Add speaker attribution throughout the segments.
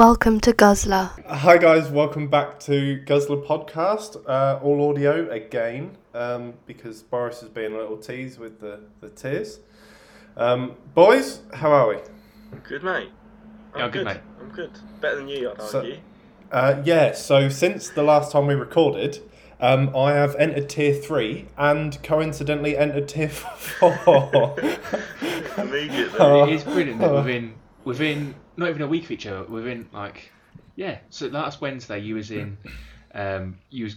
Speaker 1: Welcome to Guzzler.
Speaker 2: Hi guys, welcome back to Guzzler Podcast, uh, all audio again, um, because Boris is being a little tease with the the tears. Um, boys, how are we?
Speaker 3: Good mate. I'm
Speaker 4: Yeah, good, mate.
Speaker 3: I'm good. Better than you, I'd
Speaker 2: So-
Speaker 3: argue.
Speaker 2: Uh, yeah, so since the last time we recorded, um, I have entered tier three and coincidentally entered tier four.
Speaker 3: Immediately.
Speaker 2: Oh.
Speaker 4: It is brilliant that
Speaker 2: Oh.
Speaker 4: within within not even a week of each other, within like yeah. So last Wednesday you was in um you was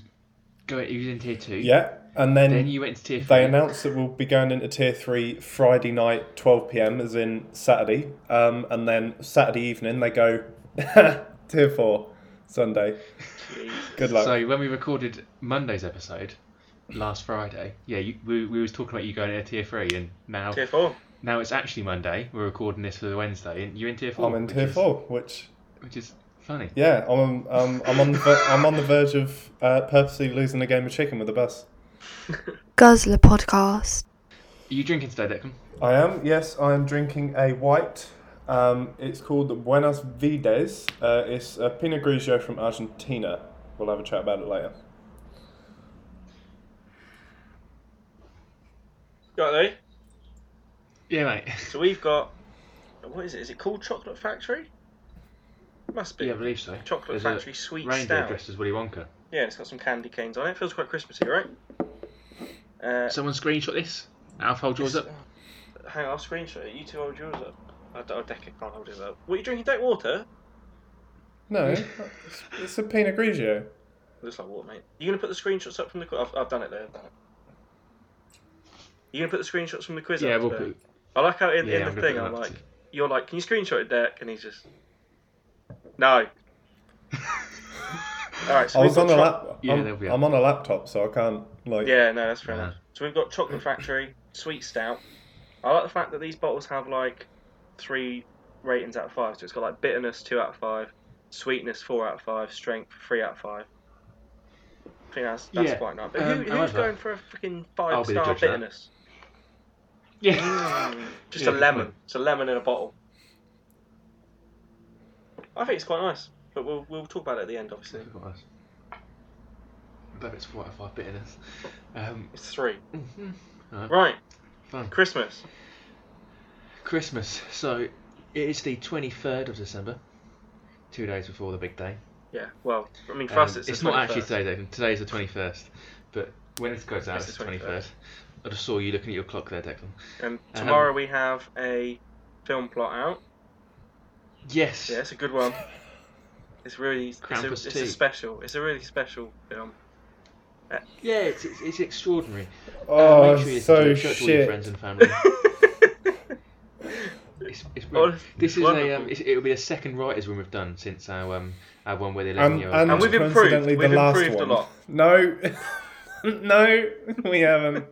Speaker 4: going you was in tier two.
Speaker 2: yeah, and
Speaker 4: Then
Speaker 2: then
Speaker 4: you went to tier three.
Speaker 2: they announced that we'll be going into tier three Friday night, twelve pm, as in Saturday, um, and then Saturday evening they go tier four Sunday.
Speaker 3: Jesus.
Speaker 2: Good luck.
Speaker 4: so when we recorded Monday's episode last Friday, yeah, you, we we was talking about you going into tier three and now
Speaker 3: Tier four.
Speaker 4: now it's actually Monday. We're recording this for the Wednesday and you're in tier 4
Speaker 2: I'm in
Speaker 4: which
Speaker 2: tier
Speaker 4: is-
Speaker 2: four, which
Speaker 4: which is funny.
Speaker 2: yeah, I'm um, I'm on the ver- I'm on the verge of uh, purposely losing a game of chicken with the bus.
Speaker 1: Guzzler Podcast.
Speaker 4: Are you drinking today, Declan?
Speaker 2: I am. Yes, I am drinking a white. Um, it's called the Buenas Vides. Uh, it's a Pinot Grigio from Argentina. We'll have a chat about it later.
Speaker 3: Right though.
Speaker 4: Yeah, mate.
Speaker 3: So we've got what is it? Is it called Chocolate Factory? Must be.
Speaker 4: yeah, I believe so.
Speaker 3: Chocolate
Speaker 4: There's a
Speaker 3: Factory Sweet
Speaker 4: Reindeer
Speaker 3: Stout.
Speaker 4: dressed as Willy Wonka.
Speaker 3: Yeah, it's got some candy canes on it. Feels quite Christmassy, right? Uh,
Speaker 4: Someone screenshot this. Alf, hold yours up.
Speaker 3: Hang on, I'll screenshot it. You two hold yours up. I don't, Decker can't hold his up. What are you drinking? Deck water?
Speaker 2: No, it's, it's a Pinot Grigio.
Speaker 3: Looks like water, mate. You gonna put the screenshots up from the? qu- I've, I've done it there. I've done it. You gonna put the screenshots from the quiz?
Speaker 4: Yeah,
Speaker 3: up
Speaker 4: we'll
Speaker 3: today?
Speaker 4: put.
Speaker 3: I like how in,
Speaker 4: Yeah,
Speaker 3: in
Speaker 4: I'm
Speaker 3: the
Speaker 4: gonna
Speaker 3: thing
Speaker 4: put
Speaker 3: I'm
Speaker 4: that
Speaker 3: like,
Speaker 4: too.
Speaker 3: you're like, can you screenshot it, Derek? And he's just, no. All right, so
Speaker 2: I was
Speaker 3: we've
Speaker 2: on
Speaker 3: got
Speaker 2: a
Speaker 3: choc-
Speaker 2: lap.
Speaker 4: Yeah,
Speaker 2: I'm,
Speaker 4: there'll be a-
Speaker 2: I'm on a laptop, so I can't like.
Speaker 3: Yeah, no, that's fair
Speaker 4: Nah.
Speaker 3: enough. So we've got Chocolate Factory, Sweet Stout. I like the fact that these bottles have like three ratings out of five. So it's got like bitterness two out of five, sweetness four out of five, strength three out of five. I think that's, that's
Speaker 4: Yeah,
Speaker 3: quite nice. But
Speaker 4: um,
Speaker 3: who, who's
Speaker 4: however-
Speaker 3: going for a freaking
Speaker 4: I'll
Speaker 3: five
Speaker 4: be the
Speaker 3: star
Speaker 4: judge of that.
Speaker 3: bitterness?
Speaker 4: Yeah.
Speaker 3: Just
Speaker 4: Um, Yeah,
Speaker 3: a
Speaker 4: good
Speaker 3: lemon.
Speaker 4: point.
Speaker 3: It's a lemon in a bottle. I think it's quite nice, but we'll we'll talk about it at the end. Obviously,
Speaker 4: But it's four out of five bitterness. Um,
Speaker 3: it's three.
Speaker 4: Alright.
Speaker 3: Right,
Speaker 4: fun.
Speaker 3: Christmas.
Speaker 4: Christmas. So it is the 23rd of December, two days before the big day.
Speaker 3: Yeah. Well, I mean, for us,
Speaker 4: Um,
Speaker 3: it's,
Speaker 4: it's
Speaker 3: the
Speaker 4: not actually
Speaker 3: 21st.
Speaker 4: today, though. Today is the 21st. But when this goes out,
Speaker 3: It's
Speaker 4: it's,
Speaker 3: the
Speaker 4: the
Speaker 3: 21st.
Speaker 4: 23rd. I just saw you looking at your clock there, Declan.
Speaker 3: And
Speaker 4: Um,
Speaker 3: tomorrow we have a film plot out.
Speaker 4: Yes.
Speaker 3: Yeah, it's a good one. It's really it's a,
Speaker 4: Krampus
Speaker 3: it's a
Speaker 4: two.
Speaker 3: special. It's a really special film.
Speaker 4: Yeah, it's, it's, it's extraordinary.
Speaker 2: Oh,
Speaker 4: uh, make sure you
Speaker 2: so
Speaker 4: do show it to all your friends
Speaker 2: shit.
Speaker 4: and family. It's, it's brilliant.
Speaker 3: Honest-
Speaker 4: Oh, this is a,
Speaker 3: wonderful.
Speaker 4: um, it's, it'll be the second writers room we've done since our um our one with eleven
Speaker 2: And,
Speaker 4: year
Speaker 2: and,
Speaker 4: old.
Speaker 3: And we've improved.
Speaker 2: coincidentally,
Speaker 3: We've
Speaker 2: the last
Speaker 3: improved a
Speaker 2: one.
Speaker 3: lot.
Speaker 2: No, no, we haven't.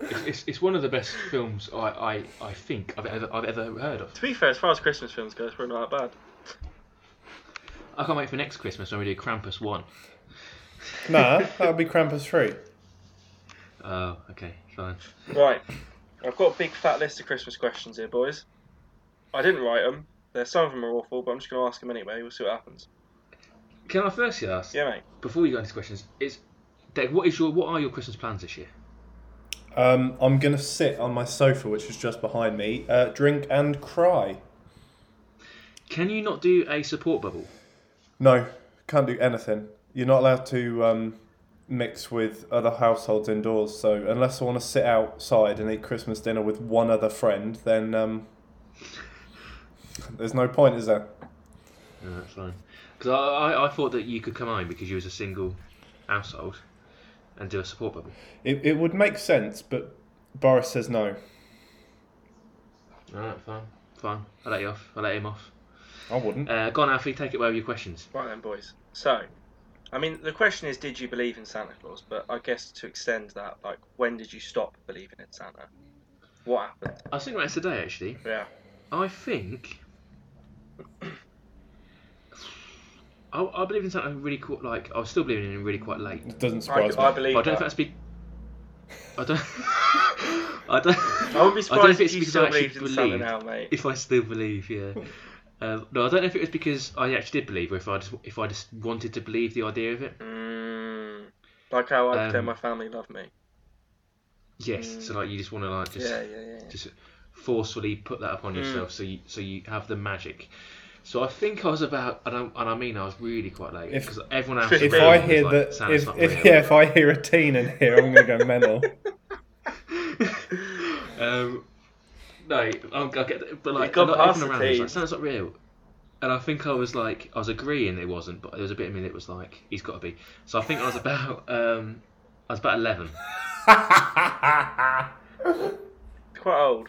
Speaker 4: it's, it's, it's one of the best films I, I, I think I've ever I've ever heard of.
Speaker 3: to be fair, as far as Christmas films goes, we're not that bad.
Speaker 4: I can't wait for next Christmas when we do Krampus one.
Speaker 2: Nah, that'll be Krampus free.
Speaker 4: Oh, okay, fine.
Speaker 3: Right. I've got a big fat list of Christmas questions here, boys. I didn't write them. There's some of them are awful, but I'm just going to ask them anyway. We'll see what happens.
Speaker 4: Can I firstly ask
Speaker 3: Yeah, mate.
Speaker 4: before you go into questions? Is Dave, what is your what are your Christmas plans this year?
Speaker 2: Um, I'm gonna sit on my sofa, which is just behind me, uh, drink and cry.
Speaker 4: Can you not do a support bubble?
Speaker 2: No, can't do anything. You're not allowed to um, mix with other households indoors. So unless I want to sit outside and eat Christmas dinner with one other friend, then um, there's no point, is there?
Speaker 4: No, that's fine. Because I, I I thought that you could come home because you was a single household and do a support bubble.
Speaker 2: It it would make sense, but Boris says no.
Speaker 4: All right, fine, fine. I let you off. I let him off.
Speaker 2: I wouldn't.
Speaker 4: Uh, go on, Alfie. Take it away with your questions.
Speaker 3: Right then, boys. So, I mean, the question is, did you believe in Santa Claus? But I guess to extend that, like, when did you stop believing in Santa? What happened?
Speaker 4: I was thinking about this today actually.
Speaker 3: Yeah.
Speaker 4: I think I, I believe in something really cool. Like I was still believing in it really quite late.
Speaker 2: It doesn't
Speaker 3: I,
Speaker 2: surprise me.
Speaker 3: I
Speaker 4: But I
Speaker 3: believe.
Speaker 4: don't know if
Speaker 3: that.
Speaker 4: that's be. I don't. I don't.
Speaker 3: I would be
Speaker 4: I don't know
Speaker 3: surprised
Speaker 4: if it's
Speaker 3: if you
Speaker 4: because
Speaker 3: still
Speaker 4: I actually
Speaker 3: believed in Santa
Speaker 4: believed.
Speaker 3: now, mate.
Speaker 4: If I still believe, yeah. Uh, no, I don't know if it was because I actually did believe, or if I just if I just wanted to believe the idea of it.
Speaker 3: Mm, like how I pretend
Speaker 4: Um,
Speaker 3: my family love me.
Speaker 4: Yes. So like you just want to like just
Speaker 3: yeah, yeah, yeah.
Speaker 4: just forcefully put that
Speaker 2: Hmm.
Speaker 4: upon yourself, so you so you have the magic. So I think I was about, and I, and I mean I was really quite late
Speaker 2: If-
Speaker 4: because everyone else.
Speaker 2: If
Speaker 3: Really?
Speaker 2: I
Speaker 4: around was
Speaker 2: hear
Speaker 4: like,
Speaker 2: that,
Speaker 4: "Santa's
Speaker 2: if,
Speaker 4: not
Speaker 2: if
Speaker 4: real."
Speaker 2: yeah, if I hear a teen in here, I'm gonna go mental.
Speaker 4: um, no, I'll, I'll get. But like,
Speaker 3: gone
Speaker 4: a lot-
Speaker 3: past
Speaker 4: everyone
Speaker 3: the
Speaker 4: around was like,
Speaker 3: teeth.
Speaker 4: "Sounds not real." And I think I was like, I was agreeing it wasn't, but there was a bit of me that was like, he's got to be. So I think I was about, um, I was about eleven.
Speaker 3: Quite old.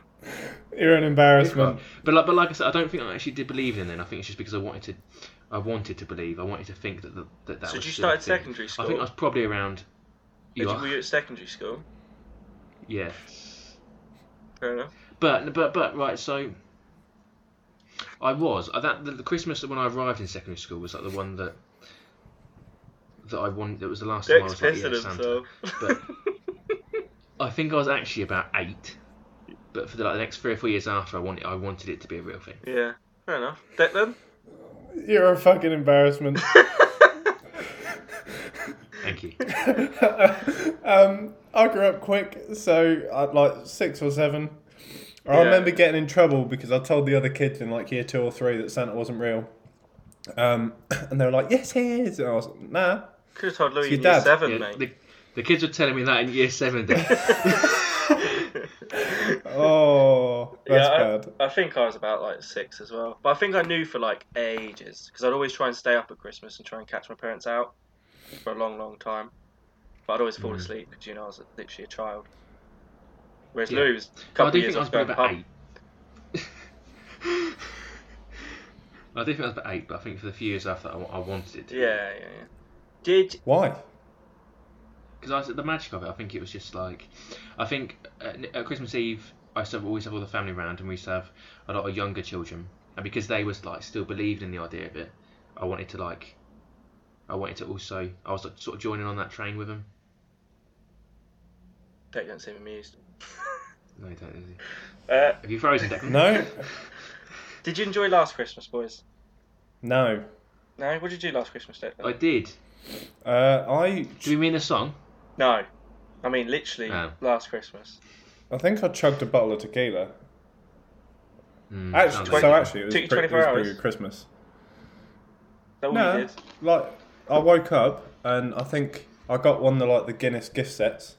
Speaker 2: You're an embarrassment.
Speaker 4: But like, but like I said, I don't think I actually did believe in it. I think it's just because I wanted to, I wanted to believe. I wanted to think that the, that that.
Speaker 3: So
Speaker 4: was
Speaker 3: you
Speaker 4: still a
Speaker 3: started
Speaker 4: thing.
Speaker 3: secondary
Speaker 4: I think I
Speaker 3: school?
Speaker 4: was probably around. You
Speaker 3: Did you-
Speaker 4: are,
Speaker 3: were you at secondary school?
Speaker 4: yeah.
Speaker 3: Fair enough.
Speaker 4: But but but right, so I was uh, that the, the Christmas when I arrived in secondary school was like the one that that I wanted. That was the last time I
Speaker 3: Dick's
Speaker 4: was like,
Speaker 3: pissing
Speaker 4: yeah, Santa.
Speaker 3: himself.
Speaker 4: But I think I was actually about eight. But for the, like, the next three or four years after, I wanted I wanted it to be a real thing.
Speaker 3: yeah, fair enough. Declan?
Speaker 2: You're a fucking embarrassment.
Speaker 4: Thank you.
Speaker 2: um, I grew up quick, so I'd like six or seven. I
Speaker 3: Yeah.
Speaker 2: remember getting in trouble because I told the other kids in like year two or three that Santa wasn't real. Um, and they were like, "Yes, he is." And I was like, "Nah."
Speaker 3: Could have told Louis
Speaker 2: your
Speaker 3: in year
Speaker 2: dad.
Speaker 3: seven,
Speaker 4: Yeah,
Speaker 3: mate.
Speaker 4: the, the kids were telling me that in year seven. Then.
Speaker 2: Oh, that's
Speaker 3: yeah,
Speaker 2: bad.
Speaker 3: I, I think I was about like six as well, but I think I knew for like ages because I'd always try and stay up at Christmas and try and catch my parents out for a long, long time. But I'd always fall
Speaker 4: Mm.
Speaker 3: asleep because you know I was literally a child. Whereas
Speaker 4: Yeah.
Speaker 3: Louis was a
Speaker 4: I
Speaker 3: couple
Speaker 4: do
Speaker 3: of years
Speaker 4: think I
Speaker 3: off
Speaker 4: was probably
Speaker 3: going pub.
Speaker 4: about eight. I do think I was about eight, but I think for the few years after that, I, wa- I wanted it. To be.
Speaker 3: Yeah, yeah, yeah. Did
Speaker 2: Why?
Speaker 4: because I said the magic of it. I think it was just like, I think at, at Christmas Eve, I used to have, always have all the family round, and we used to have a lot of younger children, and because they was like still believed in the idea of it, I wanted to like, I wanted to also, I was like, sort of joining on that train with them.
Speaker 3: Declan don't seem amused?
Speaker 4: No, you don't. do you?
Speaker 3: Uh,
Speaker 4: Have you frozen, Declan?
Speaker 2: No,
Speaker 3: did you enjoy last Christmas, boys?
Speaker 2: no.
Speaker 3: No. What did you do last Christmas, Declan?
Speaker 4: I did.
Speaker 2: Uh, I
Speaker 4: Do we mean a song?
Speaker 3: No. I mean, literally
Speaker 4: Oh.
Speaker 3: last Christmas.
Speaker 2: I think I chugged a bottle of tequila.
Speaker 4: Hmm, sounds
Speaker 2: Actually,
Speaker 4: like
Speaker 2: so
Speaker 4: it.
Speaker 2: actually, it was,
Speaker 3: Took you
Speaker 2: pre- it
Speaker 3: 24
Speaker 2: was
Speaker 3: hours?
Speaker 2: pretty good Christmas.
Speaker 3: That all
Speaker 2: No.
Speaker 3: you did.
Speaker 2: Like, I woke up and I think I got one of like the Guinness gift sets,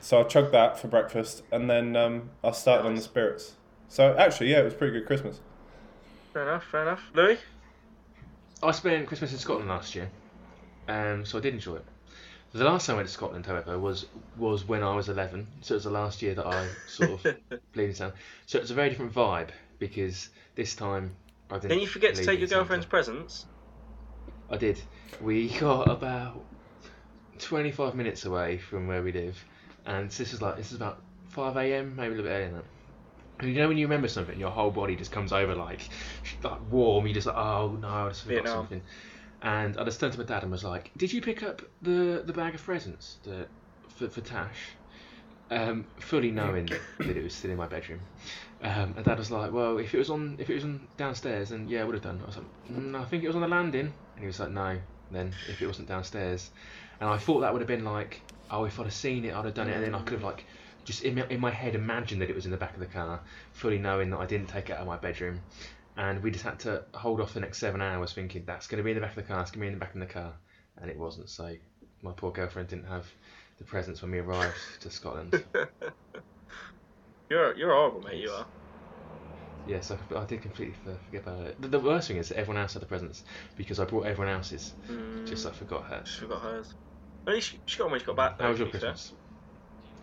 Speaker 2: so I chugged that for breakfast, and then um, I started on the spirits. So actually, yeah, it was pretty good Christmas.
Speaker 3: Fair enough. Fair enough. Louis.
Speaker 4: I spent Christmas in Scotland last year, um, so I did enjoy it. The last time I went to Scotland, however, was was when I was eleven, so it was the last year that I sort of lived in town. So it's a very different vibe because this time I didn't.
Speaker 3: Didn't you forget to
Speaker 4: believe
Speaker 3: take your
Speaker 4: in Santa.
Speaker 3: girlfriend's presents?
Speaker 4: I did. We got about twenty five minutes away from where we live, and this is like this is about five a.m. maybe a little bit earlier than that. And you know when you remember something, your whole body just comes over like, like warm. You're just like, oh no, I just forgot
Speaker 3: Vietnam.
Speaker 4: something. And I just turned to my dad and was like, "Did you pick up the the bag of presents that for, for Tash?" Um, fully knowing that it was still in my bedroom. Um, and dad was like, "Well, if it was on if it was on downstairs, then yeah, I would have done." I was like, mm, "I think it was on the landing." And he was like, "No, then if it wasn't downstairs," and I thought that would have been like, "Oh, if I'd have seen it, I'd have done it," and then I could have like just in my, in my head imagined that it was in the back of the car, fully knowing that I didn't take it out of my bedroom. And we just had to hold off the next seven hours thinking that's going to be in the back of the car, it's going to be in the back of the car. And it wasn't, so my poor girlfriend didn't have the presents when we arrived to Scotland.
Speaker 3: You're you're horrible, mate. You are.
Speaker 4: Yes, I, I did completely for- forget about it. The, the worst thing is that everyone else had the presents because I brought everyone else's, just I forgot
Speaker 3: I
Speaker 4: hers.
Speaker 3: Just Mm, forgot hers. At least she, she got them when she got back. Though,
Speaker 4: How was
Speaker 3: to
Speaker 4: your
Speaker 3: be fair.
Speaker 4: Christmas?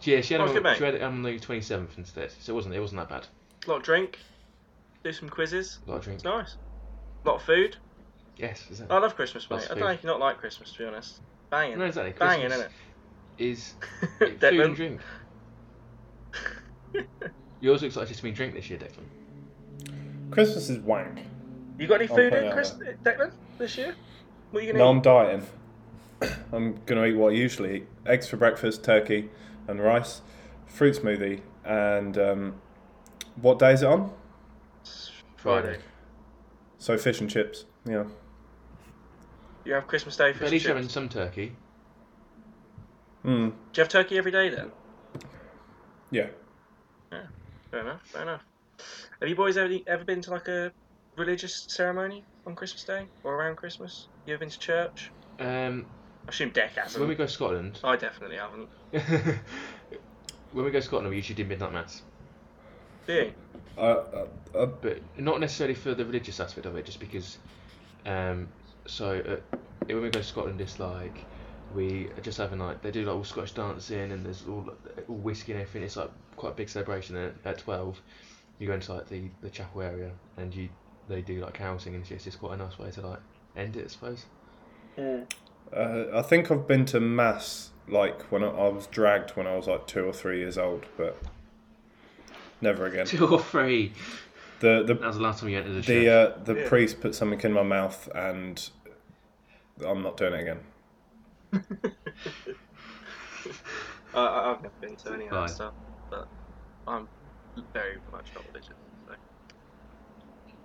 Speaker 4: Yeah, she had,
Speaker 3: Oh,
Speaker 4: them
Speaker 3: good,
Speaker 4: on,
Speaker 3: mate.
Speaker 4: she had it on the 27th instead, so it wasn't, it wasn't that bad.
Speaker 3: lot of drink. Do some quizzes.
Speaker 4: A lot of drink.
Speaker 3: It's nice. lot of food.
Speaker 4: Yes, exactly.
Speaker 3: I love Christmas, mate.
Speaker 4: Lots of
Speaker 3: I don't know
Speaker 4: food.
Speaker 3: if you not like Christmas, to be honest. Banging.
Speaker 4: no, exactly.
Speaker 3: Banging,
Speaker 4: Christmas
Speaker 3: innit?
Speaker 4: Is food and
Speaker 3: Declan.
Speaker 4: drink. Yours looks like just been drink this year, Declan.
Speaker 3: Mm.
Speaker 2: Christmas is wank.
Speaker 3: You got any
Speaker 2: I'll
Speaker 3: food
Speaker 2: put it
Speaker 3: in
Speaker 2: out
Speaker 3: Christmas, Declan, this year? What are you
Speaker 2: No,
Speaker 3: gonna
Speaker 2: I'm dieting. I'm gonna eat what I usually eat: eggs for breakfast, turkey, and rice, fruit smoothie, and um, what day is it on?
Speaker 3: eat?
Speaker 4: Friday.
Speaker 2: So fish and chips. Yeah.
Speaker 3: You have Christmas Day
Speaker 4: But
Speaker 3: fish
Speaker 4: at
Speaker 3: and
Speaker 4: least you're having
Speaker 3: chips.
Speaker 4: some turkey.
Speaker 2: Mm.
Speaker 3: Do you have turkey every day then?
Speaker 2: Yeah.
Speaker 3: Fair enough. Fair enough. Have you boys ever ever been to like a religious ceremony on Christmas Day or around Christmas? You ever been to church?
Speaker 4: Um,
Speaker 3: I assume Deck
Speaker 4: so
Speaker 3: hasn't.
Speaker 4: when we go to Scotland,
Speaker 3: I definitely haven't.
Speaker 4: when we go to Scotland, we usually do midnight mass,
Speaker 3: Do you?
Speaker 2: Uh, uh, uh,
Speaker 4: but not necessarily for the religious aspect of it, just because. Um, so uh, when we go to Scotland, it's like we are just having like they do like all Scottish dancing and there's all, all whiskey and everything. It's like quite a big celebration. And at, at twelve, you go into like the, the chapel area and you they do like carol singing. It's just it's quite a nice way to like end it, I suppose.
Speaker 2: uh, I think I've been to mass like when I, I was dragged when I was like two or three years old, but never again.
Speaker 4: Two or three.
Speaker 2: The the
Speaker 4: That was the last time you entered the church.
Speaker 2: The uh, the
Speaker 3: Yeah.
Speaker 2: priest put something in my mouth, and I'm not doing it again.
Speaker 3: I, Uh, I- I've never been to any of
Speaker 4: Fine.
Speaker 3: that stuff, but I'm very much not religious. So.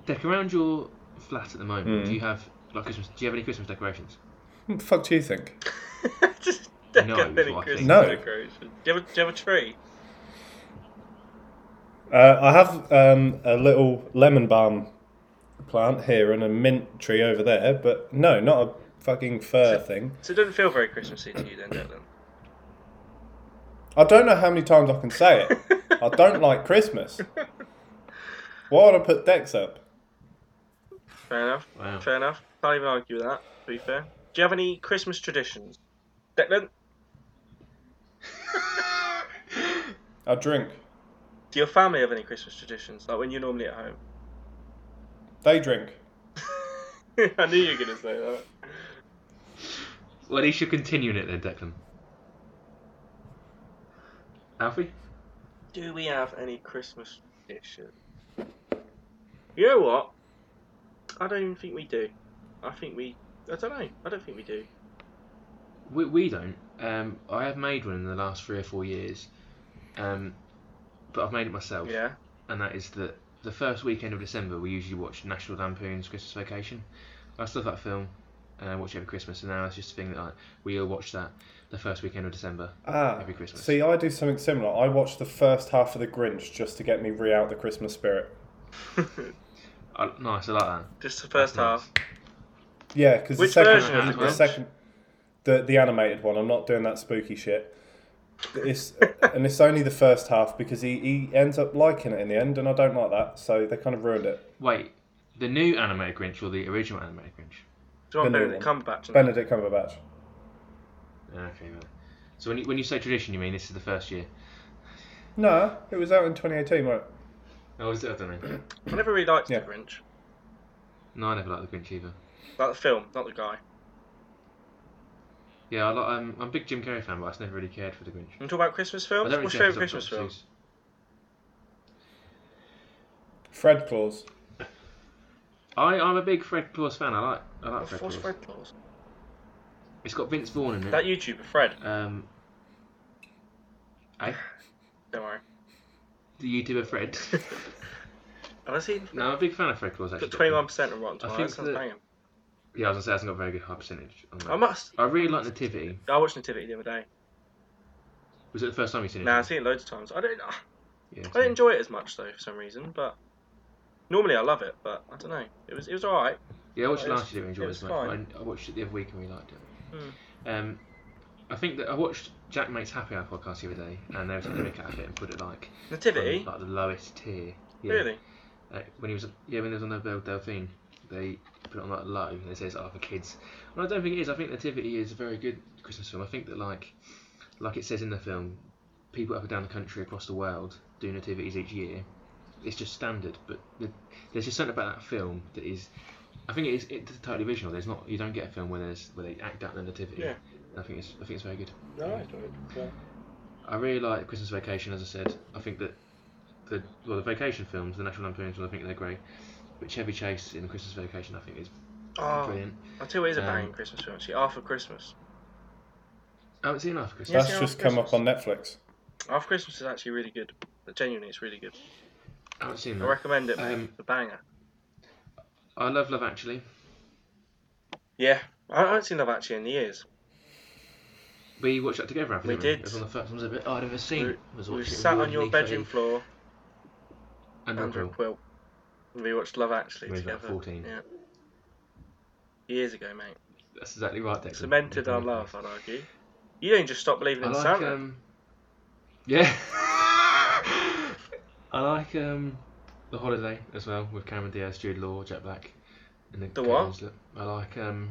Speaker 4: Deck around your flat at the moment.
Speaker 2: Mm.
Speaker 4: Do you have like Christmas? Do you have any Christmas decorations?
Speaker 2: What the fuck do you think?
Speaker 3: Just
Speaker 4: No,
Speaker 3: Deck
Speaker 4: is
Speaker 3: up any
Speaker 4: what I
Speaker 3: Christmas
Speaker 4: think.
Speaker 2: No.
Speaker 3: decorations. Do you, have a, do you have a tree?
Speaker 2: Uh, I have um, a little lemon balm plant here and a mint tree over there, but no, not a fucking fir thing.
Speaker 3: So it doesn't feel very Christmassy to you then, Declan?
Speaker 2: I don't know how many times I can say it. I don't like Christmas. Why would I put decks up?
Speaker 3: Fair enough.
Speaker 4: Wow.
Speaker 3: Fair enough. Can't even argue with that. To be fair. Do you have any Christmas traditions, Declan?
Speaker 2: I drink.
Speaker 3: Do your family have any Christmas traditions, like when you're normally at home?
Speaker 2: They drink.
Speaker 3: I knew you were gonna say that.
Speaker 4: Well, at least you're continuing it then, Declan. Alfie?
Speaker 3: Do we have any Christmas tradition? You know what? I don't even think we do. I think we. I don't know. I don't think we do.
Speaker 4: We, we don't. Um, I have made one in the last three or four years, um, but I've made it myself.
Speaker 3: Yeah.
Speaker 4: And that is that the first weekend of December, we usually watch National Lampoon's Christmas Vacation. I still love that film, and I watch it every Christmas, and now it's just a thing that like, we all watch that the first weekend of December
Speaker 2: Ah,
Speaker 4: every Christmas.
Speaker 2: see, I do something similar. I watch the first half of The Grinch just to get me re out the Christmas spirit.
Speaker 4: I, nice, I like that.
Speaker 3: Just the first
Speaker 4: That's
Speaker 3: half.
Speaker 2: Yeah, because the
Speaker 3: Which
Speaker 2: second,
Speaker 3: version
Speaker 4: of the
Speaker 2: the,
Speaker 4: Grinch?
Speaker 2: second, the the animated one. I'm not doing that spooky shit. It's and it's only the first half because he, he ends up liking it in the end, and I don't like that, so they kind of ruined it.
Speaker 4: Wait, the new animated Grinch or the original animated Grinch?
Speaker 3: Do you want
Speaker 2: Benedict
Speaker 3: Benedict Cumberbatch? in
Speaker 2: Benedict Cumberbatch.
Speaker 4: Okay, right. So when you, when you say tradition, you mean this is the first year?
Speaker 2: No, it was out in 2018, right?
Speaker 4: Oh, is it? I don't know.
Speaker 3: that? I never really liked
Speaker 2: Yeah.
Speaker 3: the Grinch.
Speaker 4: No, I never liked the Grinch either.
Speaker 3: Like the film, not the guy.
Speaker 4: Yeah, I like, um, I'm, I'm a big Jim Carrey fan, but I just never really cared for the Grinch.
Speaker 3: You talk about Christmas
Speaker 4: I
Speaker 3: films?
Speaker 4: don't
Speaker 3: What's
Speaker 4: really
Speaker 3: your
Speaker 4: care
Speaker 3: favourite Christmas
Speaker 4: for
Speaker 3: film?
Speaker 4: Christmas
Speaker 2: Fred Claus.
Speaker 4: I, I'm a big Fred Claus fan. I like I like Fred
Speaker 3: What's
Speaker 4: Claus.
Speaker 3: Fred Claus?
Speaker 4: It's got Vince Vaughn in it.
Speaker 3: That YouTuber, Fred.
Speaker 4: Um, I,
Speaker 3: Don't worry.
Speaker 4: the YouTuber Fred.
Speaker 3: Have I seen?
Speaker 4: no, I'm a big fan of Fred Claus
Speaker 3: Got
Speaker 4: actually.
Speaker 3: twenty-one percent on Rotten
Speaker 4: I
Speaker 3: Tomatoes.
Speaker 4: think
Speaker 3: That sounds
Speaker 4: that-
Speaker 3: banging.
Speaker 4: Yeah, I was gonna say it hasn't got a very good high percentage. On that.
Speaker 3: I must.
Speaker 4: I really like Nativity.
Speaker 3: I watched Nativity the other day.
Speaker 4: Was it the first time you seen it?
Speaker 3: Nah, I've seen it loads of times. I don't.
Speaker 4: Yeah,
Speaker 3: I
Speaker 4: same.
Speaker 3: didn't enjoy it as much though for some reason, but normally I love it, but I don't know. It was it was alright.
Speaker 4: Yeah, I watched it
Speaker 3: It was-
Speaker 4: last year. Didn't enjoy
Speaker 3: it
Speaker 4: it
Speaker 3: was Hmm.
Speaker 4: as much. but I, I watched it the other week and we liked it. Um, I think that I watched Jack Mate's Happy Hour podcast the other day, and they were taking a look at it and put it like on,
Speaker 3: Nativity,
Speaker 4: like the lowest tier. Yeah.
Speaker 3: really?
Speaker 4: Uh, when he was yeah, when he was on the Belle Delphine, they put it on like low and it says oh for kids. And I don't think it is. I think Nativity is a very good Christmas film. I think that like like it says in the film, people up and down the country across the world do nativities each year. It's just standard, but the, there's just something about that film that is. I think it is it's totally visual. There's not you don't get a film where there's where they act out the nativity.
Speaker 3: Yeah.
Speaker 4: And I think it's I think it's very good.
Speaker 3: No,
Speaker 4: I
Speaker 3: enjoyed
Speaker 4: I really like Christmas Vacation, as I said. I think that the well, the vacation films, the National Lampoon's ones, I think they're great. But Chevy Chase in Christmas Vacation, I think is
Speaker 3: Oh,
Speaker 4: brilliant.
Speaker 3: I tell you, it is a
Speaker 4: Um,
Speaker 3: banging Christmas film. Actually, After Christmas,
Speaker 4: I haven't seen After Christmas.
Speaker 3: Yes,
Speaker 2: That's
Speaker 3: yeah,
Speaker 2: just
Speaker 3: on
Speaker 2: come up
Speaker 3: Christmas.
Speaker 2: on Netflix.
Speaker 3: After Christmas is actually really good. Genuinely, it's really good.
Speaker 4: I haven't seen
Speaker 3: I
Speaker 4: that.
Speaker 3: recommend it.
Speaker 4: Um,
Speaker 3: the banger.
Speaker 4: I love Love Actually.
Speaker 3: Yeah, I I haven't seen Love Actually in years.
Speaker 4: We watched that together, haven't
Speaker 3: We
Speaker 4: we?
Speaker 3: did.
Speaker 4: It was one of the first ones that I'd ever seen.
Speaker 3: We-
Speaker 4: was
Speaker 3: We
Speaker 4: watching it
Speaker 3: sat
Speaker 4: with
Speaker 3: on your
Speaker 4: Leafy
Speaker 3: bedroom floor
Speaker 4: and
Speaker 3: under a
Speaker 4: Uncle.
Speaker 3: quilt. And we watched Love Actually
Speaker 4: We were about
Speaker 3: together.
Speaker 4: 14.
Speaker 3: Yeah. Years ago, mate.
Speaker 4: That's exactly right, Declan.
Speaker 3: Cemented our love, I'd argue. You don't just stop believing
Speaker 4: I
Speaker 3: in
Speaker 4: like
Speaker 3: Santa.
Speaker 4: um, yeah. I like um, the holiday as well with Cameron Diaz, Jude Law, Jet Black, and
Speaker 3: The
Speaker 4: Kate
Speaker 3: what?
Speaker 4: Winslet. I like um,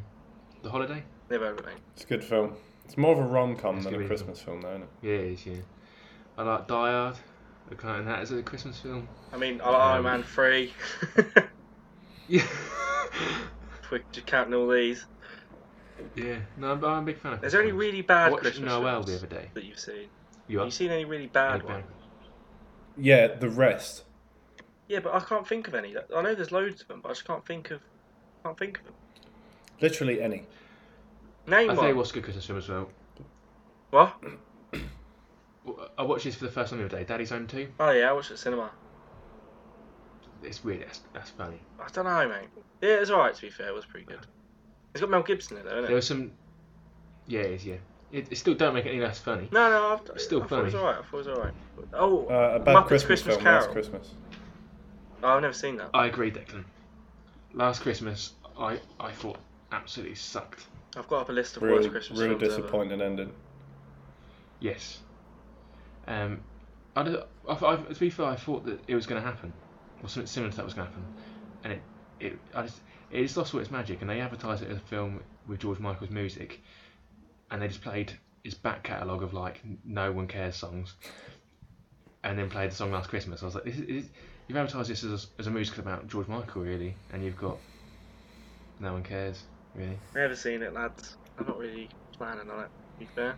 Speaker 4: the holiday.
Speaker 3: Never heard of it, mate.
Speaker 2: It's a good film. It's more of a rom com
Speaker 4: It's
Speaker 2: than
Speaker 4: good
Speaker 2: a
Speaker 4: film.
Speaker 2: Christmas film, though, isn't it?
Speaker 4: Yeah, it is, yeah. I like Die Hard. I can't, that is a Christmas film.
Speaker 3: I mean, I like Iron
Speaker 4: Um,
Speaker 3: Man 3.
Speaker 4: Yeah.
Speaker 3: if we're just counting all these.
Speaker 4: yeah. No, I'm, I'm a big fan of.
Speaker 3: Is there any
Speaker 4: Christmas.
Speaker 3: really bad
Speaker 4: Watched
Speaker 3: Christmas
Speaker 4: Noel
Speaker 3: films
Speaker 4: the other day.
Speaker 3: that you've seen?
Speaker 4: You are.
Speaker 3: Have you seen any really bad
Speaker 4: Big
Speaker 3: ones?
Speaker 4: fan.
Speaker 2: Yeah, the rest.
Speaker 3: Yeah, but I can't think of any. I know there's loads of them, but I just can't think of can't think of them.
Speaker 2: Literally any.
Speaker 3: Name
Speaker 4: I
Speaker 3: one.
Speaker 4: tell you what's a good Christmas film as well.
Speaker 3: What?
Speaker 4: I watched this for the first time the other day. Daddy's Home Two.
Speaker 3: Oh yeah, I watched it at cinema.
Speaker 4: It's weird. That's, that's funny.
Speaker 3: I don't know, mate. Yeah, it's alright to be fair. It was pretty good. It's got Mel Gibson in it, though,
Speaker 4: There
Speaker 3: isn't it?
Speaker 4: was some. Yeah, it is. Yeah. It, it still don't make it any less funny.
Speaker 3: No, no, I've,
Speaker 4: Still
Speaker 3: I thought it was
Speaker 4: funny.
Speaker 3: alright. I thought it was alright. Oh,
Speaker 2: Uh, a bad
Speaker 3: Muppets
Speaker 2: Christmas,
Speaker 3: Christmas
Speaker 2: film
Speaker 3: Carol.
Speaker 2: last Christmas.
Speaker 3: oh, I've never seen that.
Speaker 4: I agree, Declan. Last Christmas, I I thought absolutely sucked.
Speaker 3: I've got up a list of
Speaker 2: Real,
Speaker 3: worst Christmas
Speaker 2: real
Speaker 3: films ever.
Speaker 2: disappointing ending.
Speaker 4: Yes. Um, I, don't- I, I to be fair, I thought that it was going to happen, or something similar to that was going to happen, and it it I just it just lost all its magic, and they advertised it as a film with George Michael's music, and they just played his back catalogue of like no one cares songs, and then played the song Last Christmas. I was like, this is, is you've advertised this as a, as a musical about George Michael, really, and you've got no one cares, really.
Speaker 3: Never seen it, lads. I'm not really planning on it. To be fair,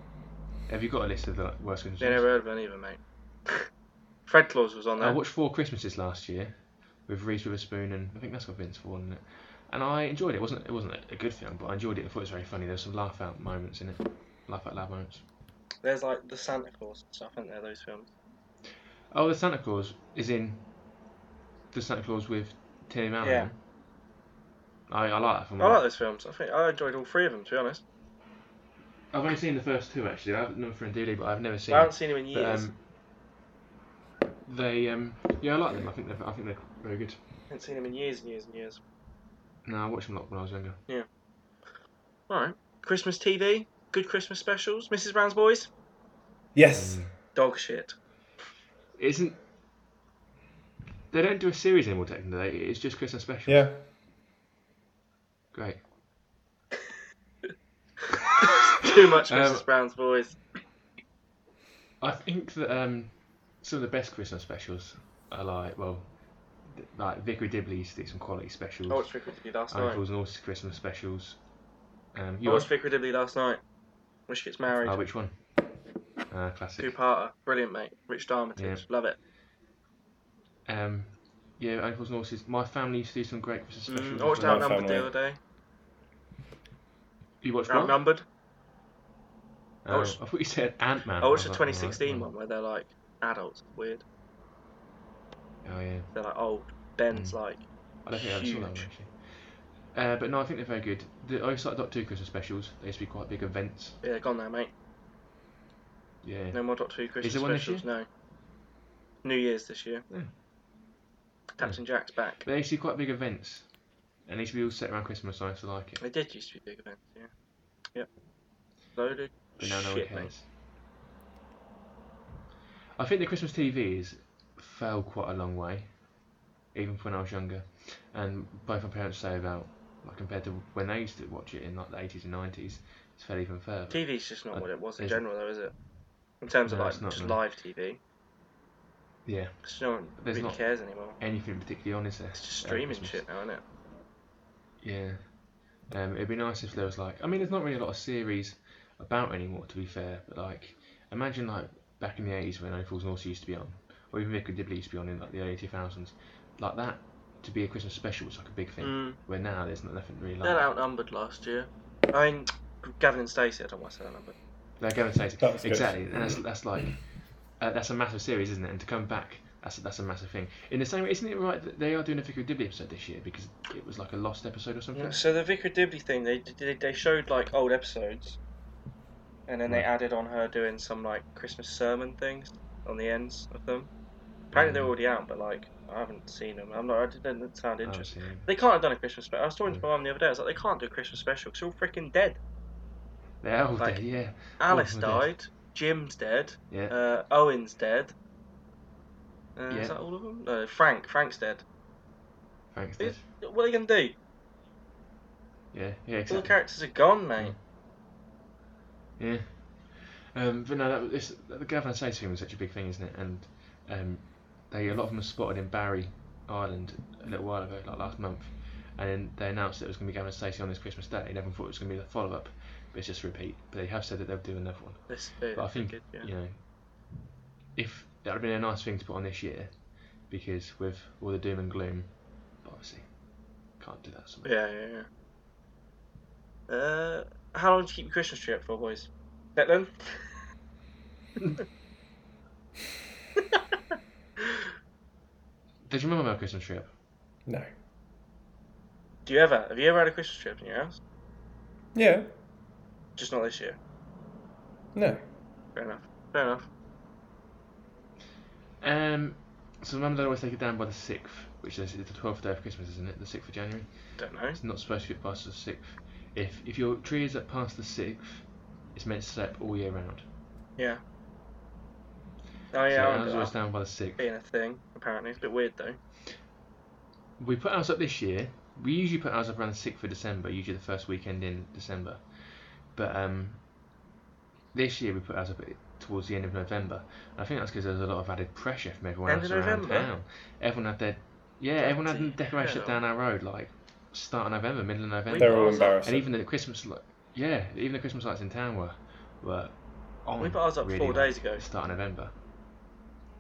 Speaker 4: Have you got a list of the worst Christmas?
Speaker 3: they
Speaker 4: songs?
Speaker 3: never heard of it either, mate. Fred Claus was on
Speaker 4: I
Speaker 3: there.
Speaker 4: watched Four Christmases last year with Reese Witherspoon and I think that's got Vince Vaughn in it. And I enjoyed it. it wasn't It wasn't a- a good film, but I enjoyed it. I thought it was very funny. There were some laugh out moments in it, laugh out loud moments.
Speaker 3: There's like the Santa Claus and stuff, aren't there? Those films.
Speaker 4: Oh, the Santa Claus is in the Santa Claus with Tim Allen.
Speaker 3: Yeah.
Speaker 4: I, I like that
Speaker 2: Mm.
Speaker 4: film. a
Speaker 3: I like
Speaker 4: lot.
Speaker 3: those films. I think I enjoyed all three of them, to be honest.
Speaker 4: I've only seen the first two actually. I have number three and Dooley, but I've never seen.
Speaker 3: I
Speaker 4: it.
Speaker 3: haven't seen them in
Speaker 4: But,
Speaker 3: years.
Speaker 4: um, they um yeah I like them. I think they're I think they're very good.
Speaker 3: I haven't seen them in years and years and years.
Speaker 4: No, I watched them a lot when I was younger.
Speaker 3: All right. Christmas TV. Good Christmas specials. Mrs. Brown's Boys.
Speaker 2: Yes.
Speaker 4: Um,
Speaker 3: Dog shit.
Speaker 4: isn't they don't do a series anymore technically they- it's just christmas special
Speaker 2: Yeah.
Speaker 4: great
Speaker 3: Too much
Speaker 4: Um,
Speaker 3: Mrs. Brown's Boys.
Speaker 4: i think that um some of the best christmas specials are like well th- like Vicky Dibley used to do some quality specials
Speaker 3: I watched Vic Dibley last night.
Speaker 4: uncles and Aunties christmas specials um
Speaker 3: I
Speaker 4: you
Speaker 3: watched Vic Dibley last night. When she gets married.
Speaker 4: oh, which one uh classic
Speaker 3: Two-parter. Brilliant, mate. Rich Darmitage.
Speaker 4: Yeah.
Speaker 3: Love it.
Speaker 4: um yeah uncles and Aunties. my family used to do some great christmas specials
Speaker 3: Mm, I watched
Speaker 4: as well.
Speaker 2: that.
Speaker 3: Outnumbered
Speaker 2: family.
Speaker 3: the other day.
Speaker 4: you watched what?
Speaker 3: Outnumbered.
Speaker 4: Oh,
Speaker 3: watched-
Speaker 4: I thought you said Ant-Man
Speaker 3: I watched the
Speaker 4: was like, oh,
Speaker 3: 2016
Speaker 4: alright,
Speaker 3: one where they're like adults. Weird.
Speaker 4: oh yeah
Speaker 3: They're like old. Ben's
Speaker 4: Mm.
Speaker 3: like
Speaker 4: I don't think I ever saw that one
Speaker 3: Huge.
Speaker 4: actually. Uh, but no, I think they're very good. The I started Doctor Two Christmas specials. They used to be quite big events.
Speaker 3: yeah, gone there, mate.
Speaker 4: Yeah.
Speaker 3: No more Doctor Who Christmas
Speaker 4: there one this Hmm.
Speaker 3: specials. No. New Year's this year.
Speaker 4: Yeah. Hmm.
Speaker 3: Captain Jack's back.
Speaker 4: But they used to be quite big events, and they used to be all set around Christmas. I used to like it.
Speaker 3: They did used to be big events, yeah. Yep. Loaded.
Speaker 4: But now no one
Speaker 3: shit, mate.
Speaker 4: cares. I think the Christmas TVs fell quite a long way, even when I was younger, and both my parents say about like compared to when they used to watch it in like the eighties and nineties, it's fell even further.
Speaker 3: TV's just not what it was in
Speaker 4: Uh, Is it-
Speaker 3: general, though, is it? In terms of
Speaker 4: No,
Speaker 3: like
Speaker 4: it's not,
Speaker 3: just
Speaker 4: no.
Speaker 3: live TV,
Speaker 4: yeah,
Speaker 3: 'cause no one
Speaker 4: There's
Speaker 3: really
Speaker 4: not-
Speaker 3: cares anymore.
Speaker 4: anything particularly honest there.
Speaker 3: It's just streaming shit now, isn't it?
Speaker 4: Yeah. Um, it'd be nice if there was like, I mean, there's not really a lot of series about anymore, to be fair. But like, imagine like back in the '80s when Uncle's Naughty used to be on, or even Vicar Dibley used to be on in like the early 2000s, like that to be a Christmas special was like a big thing.
Speaker 3: Mm.
Speaker 4: Where now there's not- nothing really like.
Speaker 3: They're
Speaker 4: that.
Speaker 3: outnumbered last year. I mean, Gavin and Stacey, I don't want to say outnumbered.
Speaker 4: They're going to say
Speaker 2: That was good.
Speaker 4: exactly, and that's that's like, uh, that's a massive series, isn't it? And to come back That's a, that's a massive thing. In the same way, isn't it right that they are doing a Vicar of Dibley episode this year because it was like a lost episode or something?
Speaker 3: Mm. So the Vicar Dibley thing, they, they they showed like old episodes, and then they
Speaker 4: Right.
Speaker 3: added on her doing some like Christmas sermon things on the ends of them. Apparently they're already out, but like I haven't seen them. I'm not. I didn't it sound
Speaker 4: Mm. Oh, I
Speaker 3: interesting.
Speaker 4: see.
Speaker 3: They can't have done a Christmas special. I was talking to my mum the other day. I was like, they can't do a Christmas special because they're all freaking dead.
Speaker 4: They're all
Speaker 3: Like-
Speaker 4: dead, yeah.
Speaker 3: Alice
Speaker 4: they're dead.
Speaker 3: died. Jim's dead.
Speaker 4: Oh, Yeah.
Speaker 3: Uh, Owen's dead. Uh,
Speaker 4: Yeah.
Speaker 3: Is that all of them? No, Frank. Frank's dead.
Speaker 4: Thanks,
Speaker 3: Who-
Speaker 4: Dad.
Speaker 3: What are they gonna do?
Speaker 4: Yeah, yeah,
Speaker 3: All the
Speaker 4: exactly.
Speaker 3: characters are gone, mate.
Speaker 4: Yeah. Um, but no, that was, this, the Gavin Says thing was such a big thing, isn't it? And um, they a lot of them were spotted in Barry, Ireland, a little while ago, like last month. And then they announced that it was going to be Gavin Stacey on this Christmas Day, and everyone thought it was going to be the follow up, but it's just a repeat. But they have said that they'll do another one.
Speaker 3: This dude,
Speaker 4: But I think,
Speaker 3: good, yeah.
Speaker 4: you know, if that would have been a nice thing to put on this year, because with all the doom and gloom, but obviously, can't do that. sometimes.
Speaker 3: Yeah, yeah, yeah. Uh, how long do you keep your Christmas tree up for, boys? Let them.
Speaker 4: Did you remember my Christmas trip?
Speaker 2: No.
Speaker 3: do you ever? Have you ever had a Christmas tree up in your house?
Speaker 2: Yeah.
Speaker 3: Just not this year.
Speaker 2: No.
Speaker 3: Fair enough. Fair enough.
Speaker 4: Um, so remember they always take it down by the sixth, which is the twelfth day of Christmas, isn't it? The sixth of January.
Speaker 3: Don't know.
Speaker 4: It's not supposed to get past the sixth. If if your tree is up past the sixth, it's meant to stay up all year round.
Speaker 3: Yeah. Oh yeah, I
Speaker 4: so ours
Speaker 3: remember
Speaker 4: always
Speaker 3: that
Speaker 4: down by the sixth.
Speaker 3: being a thing. Apparently, it's a bit weird though.
Speaker 4: We put ours up this year. We usually put ours up around the sixth of December, usually the first weekend in December. But um, this year we put ours up at- towards the end of November. And I think that's because there was a lot of added pressure from everyone
Speaker 3: End
Speaker 4: else
Speaker 3: of
Speaker 4: around
Speaker 3: November?
Speaker 4: town. Everyone had their yeah, everyone had
Speaker 3: Bloody
Speaker 4: their decorations
Speaker 3: hell.
Speaker 4: down our road like start of November, middle of November.
Speaker 3: We
Speaker 2: They're
Speaker 3: put
Speaker 2: all
Speaker 3: ours up-
Speaker 2: embarrassed.
Speaker 4: And even the Christmas, li- yeah, even the Christmas lights in town were, were on.
Speaker 3: We put ours up
Speaker 4: really
Speaker 3: four
Speaker 4: late,
Speaker 3: days ago.
Speaker 4: Start of November.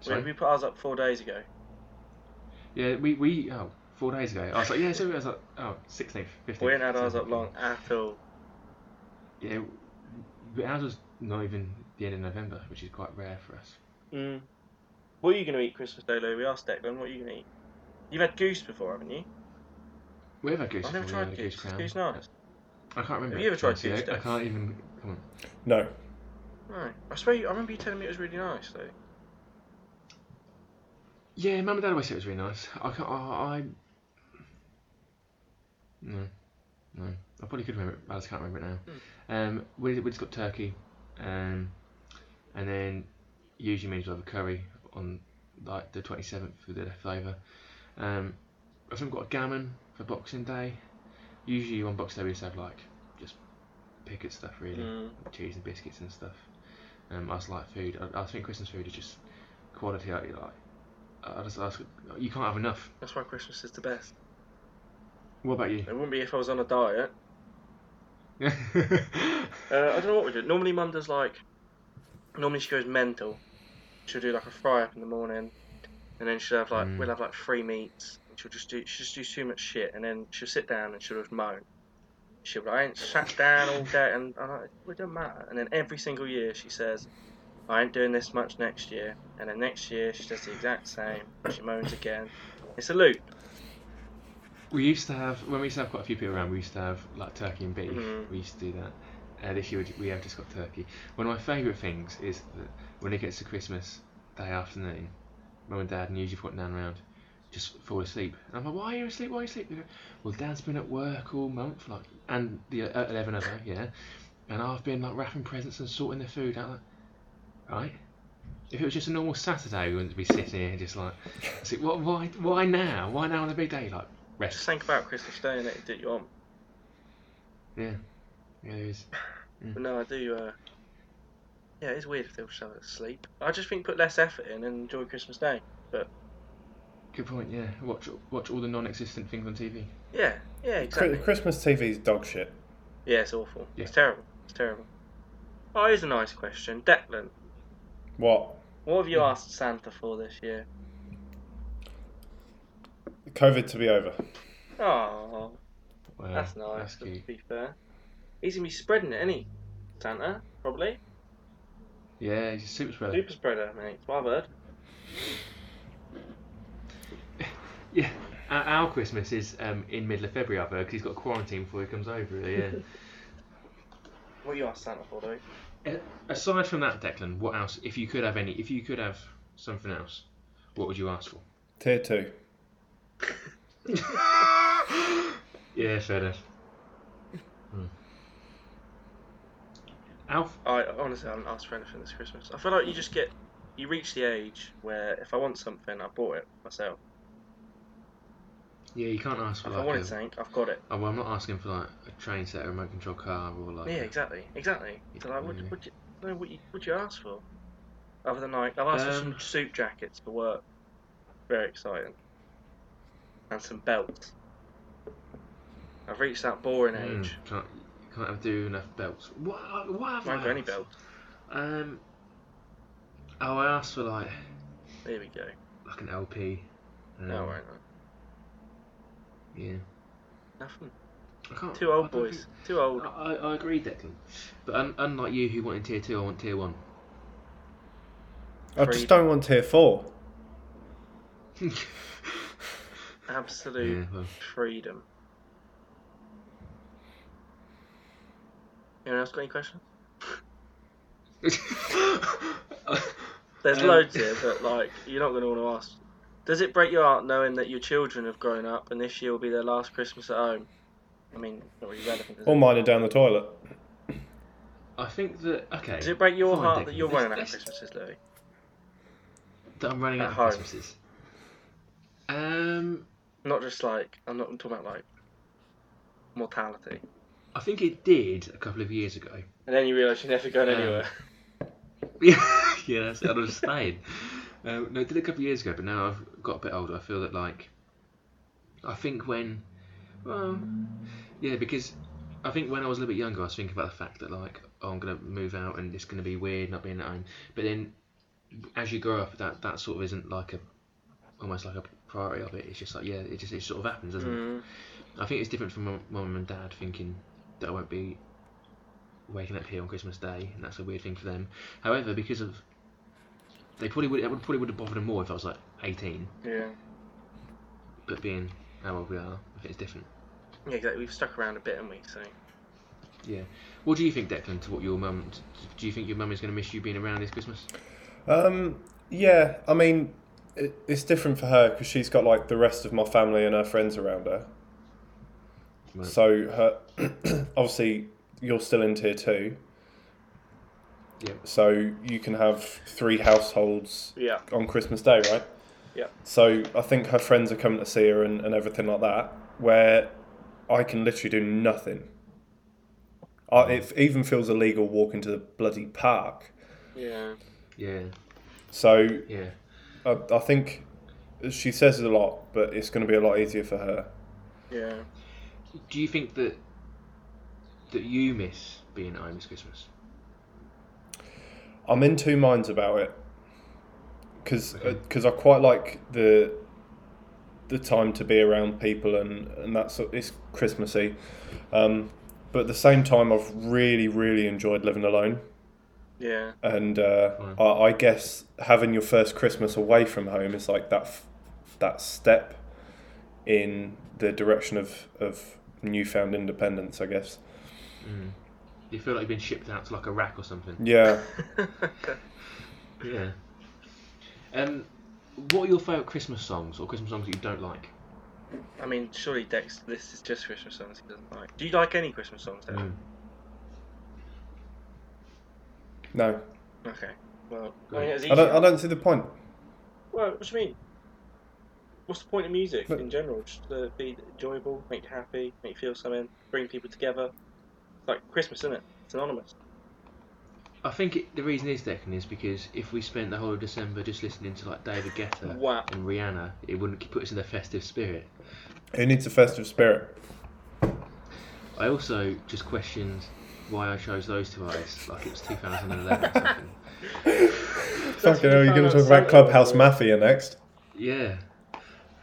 Speaker 3: We,
Speaker 4: Sorry?
Speaker 3: we put ours up four days ago.
Speaker 4: yeah, we, we oh four days ago. I was like, yeah, so I was like, oh, 16th, 15th.
Speaker 3: We didn't have ours
Speaker 4: 17th.
Speaker 3: up long at all.
Speaker 4: Yeah, but ours was not even the end of November, which is quite rare for us.
Speaker 3: Mm. What are you going to eat Christmas Day, Lou? We asked Declan, what are you going to eat? You've had goose before, haven't you?
Speaker 4: We have had goose.
Speaker 3: I've never
Speaker 4: before, we
Speaker 3: tried
Speaker 4: had a
Speaker 3: goose. Is
Speaker 4: crown.
Speaker 3: goose nice?
Speaker 4: I can't remember.
Speaker 3: Have you ever tried
Speaker 4: honestly, I-
Speaker 3: goose,
Speaker 4: I,
Speaker 3: Dave?
Speaker 4: can't even. Come on.
Speaker 2: No.
Speaker 3: No. I swear, you, I remember you telling me it was really nice, though.
Speaker 4: Yeah, Mum and Dad always said it was really nice. I can't. I. I no, no. I probably could remember it. but I just can't remember it now. Um, we we just got turkey, um, and then usually means we'll have a curry on like the twenty seventh for the leftover. Um, I think we've got a gammon for Boxing Day. Usually on Boxing Day we just have like just picket stuff really
Speaker 3: Mm.
Speaker 4: cheese and biscuits and stuff. Um, I just like food. I, I think Christmas food is just quality. I like. I just ask. You can't have enough.
Speaker 3: That's why Christmas is the best.
Speaker 4: What about you?
Speaker 3: It wouldn't be if I was on a diet.
Speaker 4: yeah.
Speaker 3: Uh, I don't know what we do. Normally, Mum does like. Normally, she goes mental. She'll do like a fry up in the morning, and then she'll have like
Speaker 4: Mm.
Speaker 3: we'll have like three meats. And she'll just do she'll just do too much shit, and then she'll sit down and she'll just moan. She'll be like, I ain't sat down all day, and I'm like, well, it doesn't matter. And then every single year she says, I ain't doing this much next year, and then next year she does the exact same. She moans again. It's a loop.
Speaker 4: We used to have when we used to have quite a few people around. We used to have like turkey and beef.
Speaker 3: Mhm.
Speaker 4: We used to do that. Uh, this year we- we have just got turkey. One of my favourite things is that when it gets to Christmas Day afternoon, mum and dad and usually put Nan round, just fall asleep. And I'm like, why are you asleep? Why are you asleep? They go, well, dad's been at work all month, like, and the uh, eleven other, yeah. And I've been like wrapping presents and sorting the food out. Like, right. If it was just a normal Saturday, we wouldn't be sitting here just like, see, what, why, why now? Why now on a big day? Like, rest.
Speaker 3: Just think about Christmas Day and it did you on.
Speaker 4: Yeah, yeah, there is. Mm.
Speaker 3: But no, I do. Uh, yeah, it's weird if they'll show us sleep. I just think put less effort in and enjoy Christmas Day.
Speaker 4: Good point. Yeah, watch watch all the non-existent things on TV.
Speaker 3: Yeah, yeah,
Speaker 2: Chri-
Speaker 3: exactly.
Speaker 2: Christmas TV's dog shit.
Speaker 3: Yeah, it's awful.
Speaker 4: Yeah.
Speaker 3: It's terrible. It's terrible. Oh, here's a nice question, Declan.
Speaker 2: What?
Speaker 3: What have you
Speaker 4: Yeah.
Speaker 3: asked Santa for this year?
Speaker 2: COVID to be over.
Speaker 3: Oh,
Speaker 4: Well,
Speaker 3: that's nice.
Speaker 4: Uh, That's
Speaker 3: to
Speaker 4: cute.
Speaker 3: be fair, he's gonna be spreading it, any Santa probably.
Speaker 4: Yeah, he's a super spreader.
Speaker 3: Super spreader, mate. That's what I've heard.
Speaker 4: Yeah, our, our Christmas is um, in middle of February, I've heard, 'cause he's got quarantine before he comes over. Yeah.
Speaker 3: What you asked Santa for, though?
Speaker 4: A- Eh, Aside from that, Declan, what else? If you could have any, if you could have something else, what would you ask for?
Speaker 2: Tier two.
Speaker 4: Yeah, fair enough. Hmm. Alf,
Speaker 3: I honestly haven't asked for anything this Christmas. I feel like you just get, you reach the age where if I want something, I bought it myself.
Speaker 4: yeah, you can't ask for
Speaker 3: If
Speaker 4: like.
Speaker 3: I wanted
Speaker 4: a,
Speaker 3: something, I've got it.
Speaker 4: oh, well, I'm not asking for like a train set, a remote control car, or like.
Speaker 3: Yeah,
Speaker 4: a-
Speaker 3: exactly, exactly. So like, what,
Speaker 4: Yeah.
Speaker 3: what, you, no, what, you, what you ask for? Other than like, I've asked for
Speaker 4: Um,
Speaker 3: some suit jackets for work. Very exciting. And some belts. I've reached that boring
Speaker 4: Hmm,
Speaker 3: age.
Speaker 4: can't can't have do enough belts. What what have
Speaker 3: I haven't got any
Speaker 4: asked?
Speaker 3: belts.
Speaker 4: Um. Oh, I asked for like
Speaker 3: There we go.
Speaker 4: like an LP. Um,
Speaker 3: No, right,
Speaker 4: Yeah.
Speaker 3: no. Nothing.
Speaker 4: I can't.
Speaker 3: Two
Speaker 4: I
Speaker 3: old
Speaker 4: don't
Speaker 3: boys. Too old.
Speaker 4: think- I, I, I agree, Declan. But un, unlike you, who wanted tier two, I want tier one.
Speaker 2: I just don't want tier four.
Speaker 4: yeah.
Speaker 3: Absolute
Speaker 4: Well,
Speaker 3: freedom. Anyone else got any questions? There's
Speaker 4: Um,
Speaker 3: loads here, but like you're not going to want to ask. Does it break your heart knowing that your children have grown up and this year will be their last Christmas at home? I mean, not really relevant. Does
Speaker 2: All
Speaker 3: it?
Speaker 2: mine are down the toilet.
Speaker 4: I think that okay.
Speaker 3: Does it break your
Speaker 4: Fine,
Speaker 3: heart that
Speaker 4: Declan.
Speaker 3: you're running out of
Speaker 4: Let's-
Speaker 3: Christmases, Louis?
Speaker 4: That I'm running
Speaker 3: At
Speaker 4: out of
Speaker 3: home.
Speaker 4: Christmases. Um,
Speaker 3: Not just like I'm not talking about like mortality.
Speaker 4: I think it did a couple of years ago.
Speaker 3: And then you realise you're never going
Speaker 4: Um,
Speaker 3: anywhere.
Speaker 4: yeah, that's what I was saying. Um, no, I did a couple of years ago, but now I've got a bit older. I feel that like, I think when, well, yeah, because I think when I was a little bit younger, I was thinking about the fact that like, oh, I'm gonna move out and it's gonna be weird not being at home. But then, as you grow up, that that sort of isn't like a, almost like a priority of it. It's just like yeah, it just it sort of happens, doesn't it?
Speaker 3: Mm,
Speaker 4: I think it's different from my mum and dad thinking that I won't be waking up here on Christmas Day, and that's a weird thing for them. However, because of they probably would, it would probably would have bothered them more if I was like 18,
Speaker 3: yeah.
Speaker 4: but being how old we are, I think it's different.
Speaker 3: Yeah, exactly. We've stuck around a bit, haven't we? So
Speaker 4: What do you think, Declan? To what your mum? d- Do you think your mum is going to miss you being around this Christmas?
Speaker 2: Um, yeah, I mean, it, it's different for her because she's got like the rest of my family and her friends around her.
Speaker 4: Right.
Speaker 2: So her, obviously, you're still in tier two.
Speaker 4: Yep.
Speaker 2: So you can have three households
Speaker 3: yeah,
Speaker 2: on Christmas Day, right?
Speaker 3: Yep.
Speaker 2: So I think her friends are coming to see her and, and everything like that, where I can literally do nothing. I, it even feels illegal walking to the bloody park.
Speaker 3: yeah.
Speaker 4: Yeah,
Speaker 2: So
Speaker 4: yeah.
Speaker 2: I, I think she says it a lot, but it's going to be a lot easier for her.
Speaker 3: Yeah.
Speaker 4: Do you think that that you miss being at home this Christmas?
Speaker 2: I'm in two minds about it because I quite like the the time to be around people and and that's it's Christmassy, um, but at the same time I've really really enjoyed living alone
Speaker 3: Yeah.
Speaker 2: and uh,
Speaker 4: Mm.
Speaker 2: I, I guess having your first Christmas away from home is like that f- that step in the direction of of newfound independence I guess
Speaker 4: Mm. Do you feel like you've been shipped out to like Iraq or something?
Speaker 2: yeah
Speaker 4: Yeah. Um, what are your favourite Christmas songs or Christmas songs that you don't like?
Speaker 3: I mean, surely Dex, this is just Christmas songs he doesn't like. Do you like any Christmas songs,
Speaker 2: Mm.
Speaker 3: Dex?
Speaker 2: no
Speaker 3: Okay. Well, I mean, it was
Speaker 2: I don't
Speaker 3: easier.
Speaker 2: I don't see the point
Speaker 3: Well, what do you mean? What's the point of music
Speaker 2: But-
Speaker 3: in general? Just to be enjoyable, make you happy, make you feel something, bring people together. It's like Christmas, isn't it? It's anonymous.
Speaker 4: I think it, the reason is Declan is because if we spent the whole of December just listening to like David Guetta
Speaker 3: Wow.
Speaker 4: and Rihanna, it wouldn't keep- put us in the festive spirit.
Speaker 2: who needs a festive spirit
Speaker 4: I also just questioned why I chose those two artists, like it was 2011 or something.
Speaker 2: Fucking hell, you're going to talk about Clubhouse Mafia next.
Speaker 4: Yeah,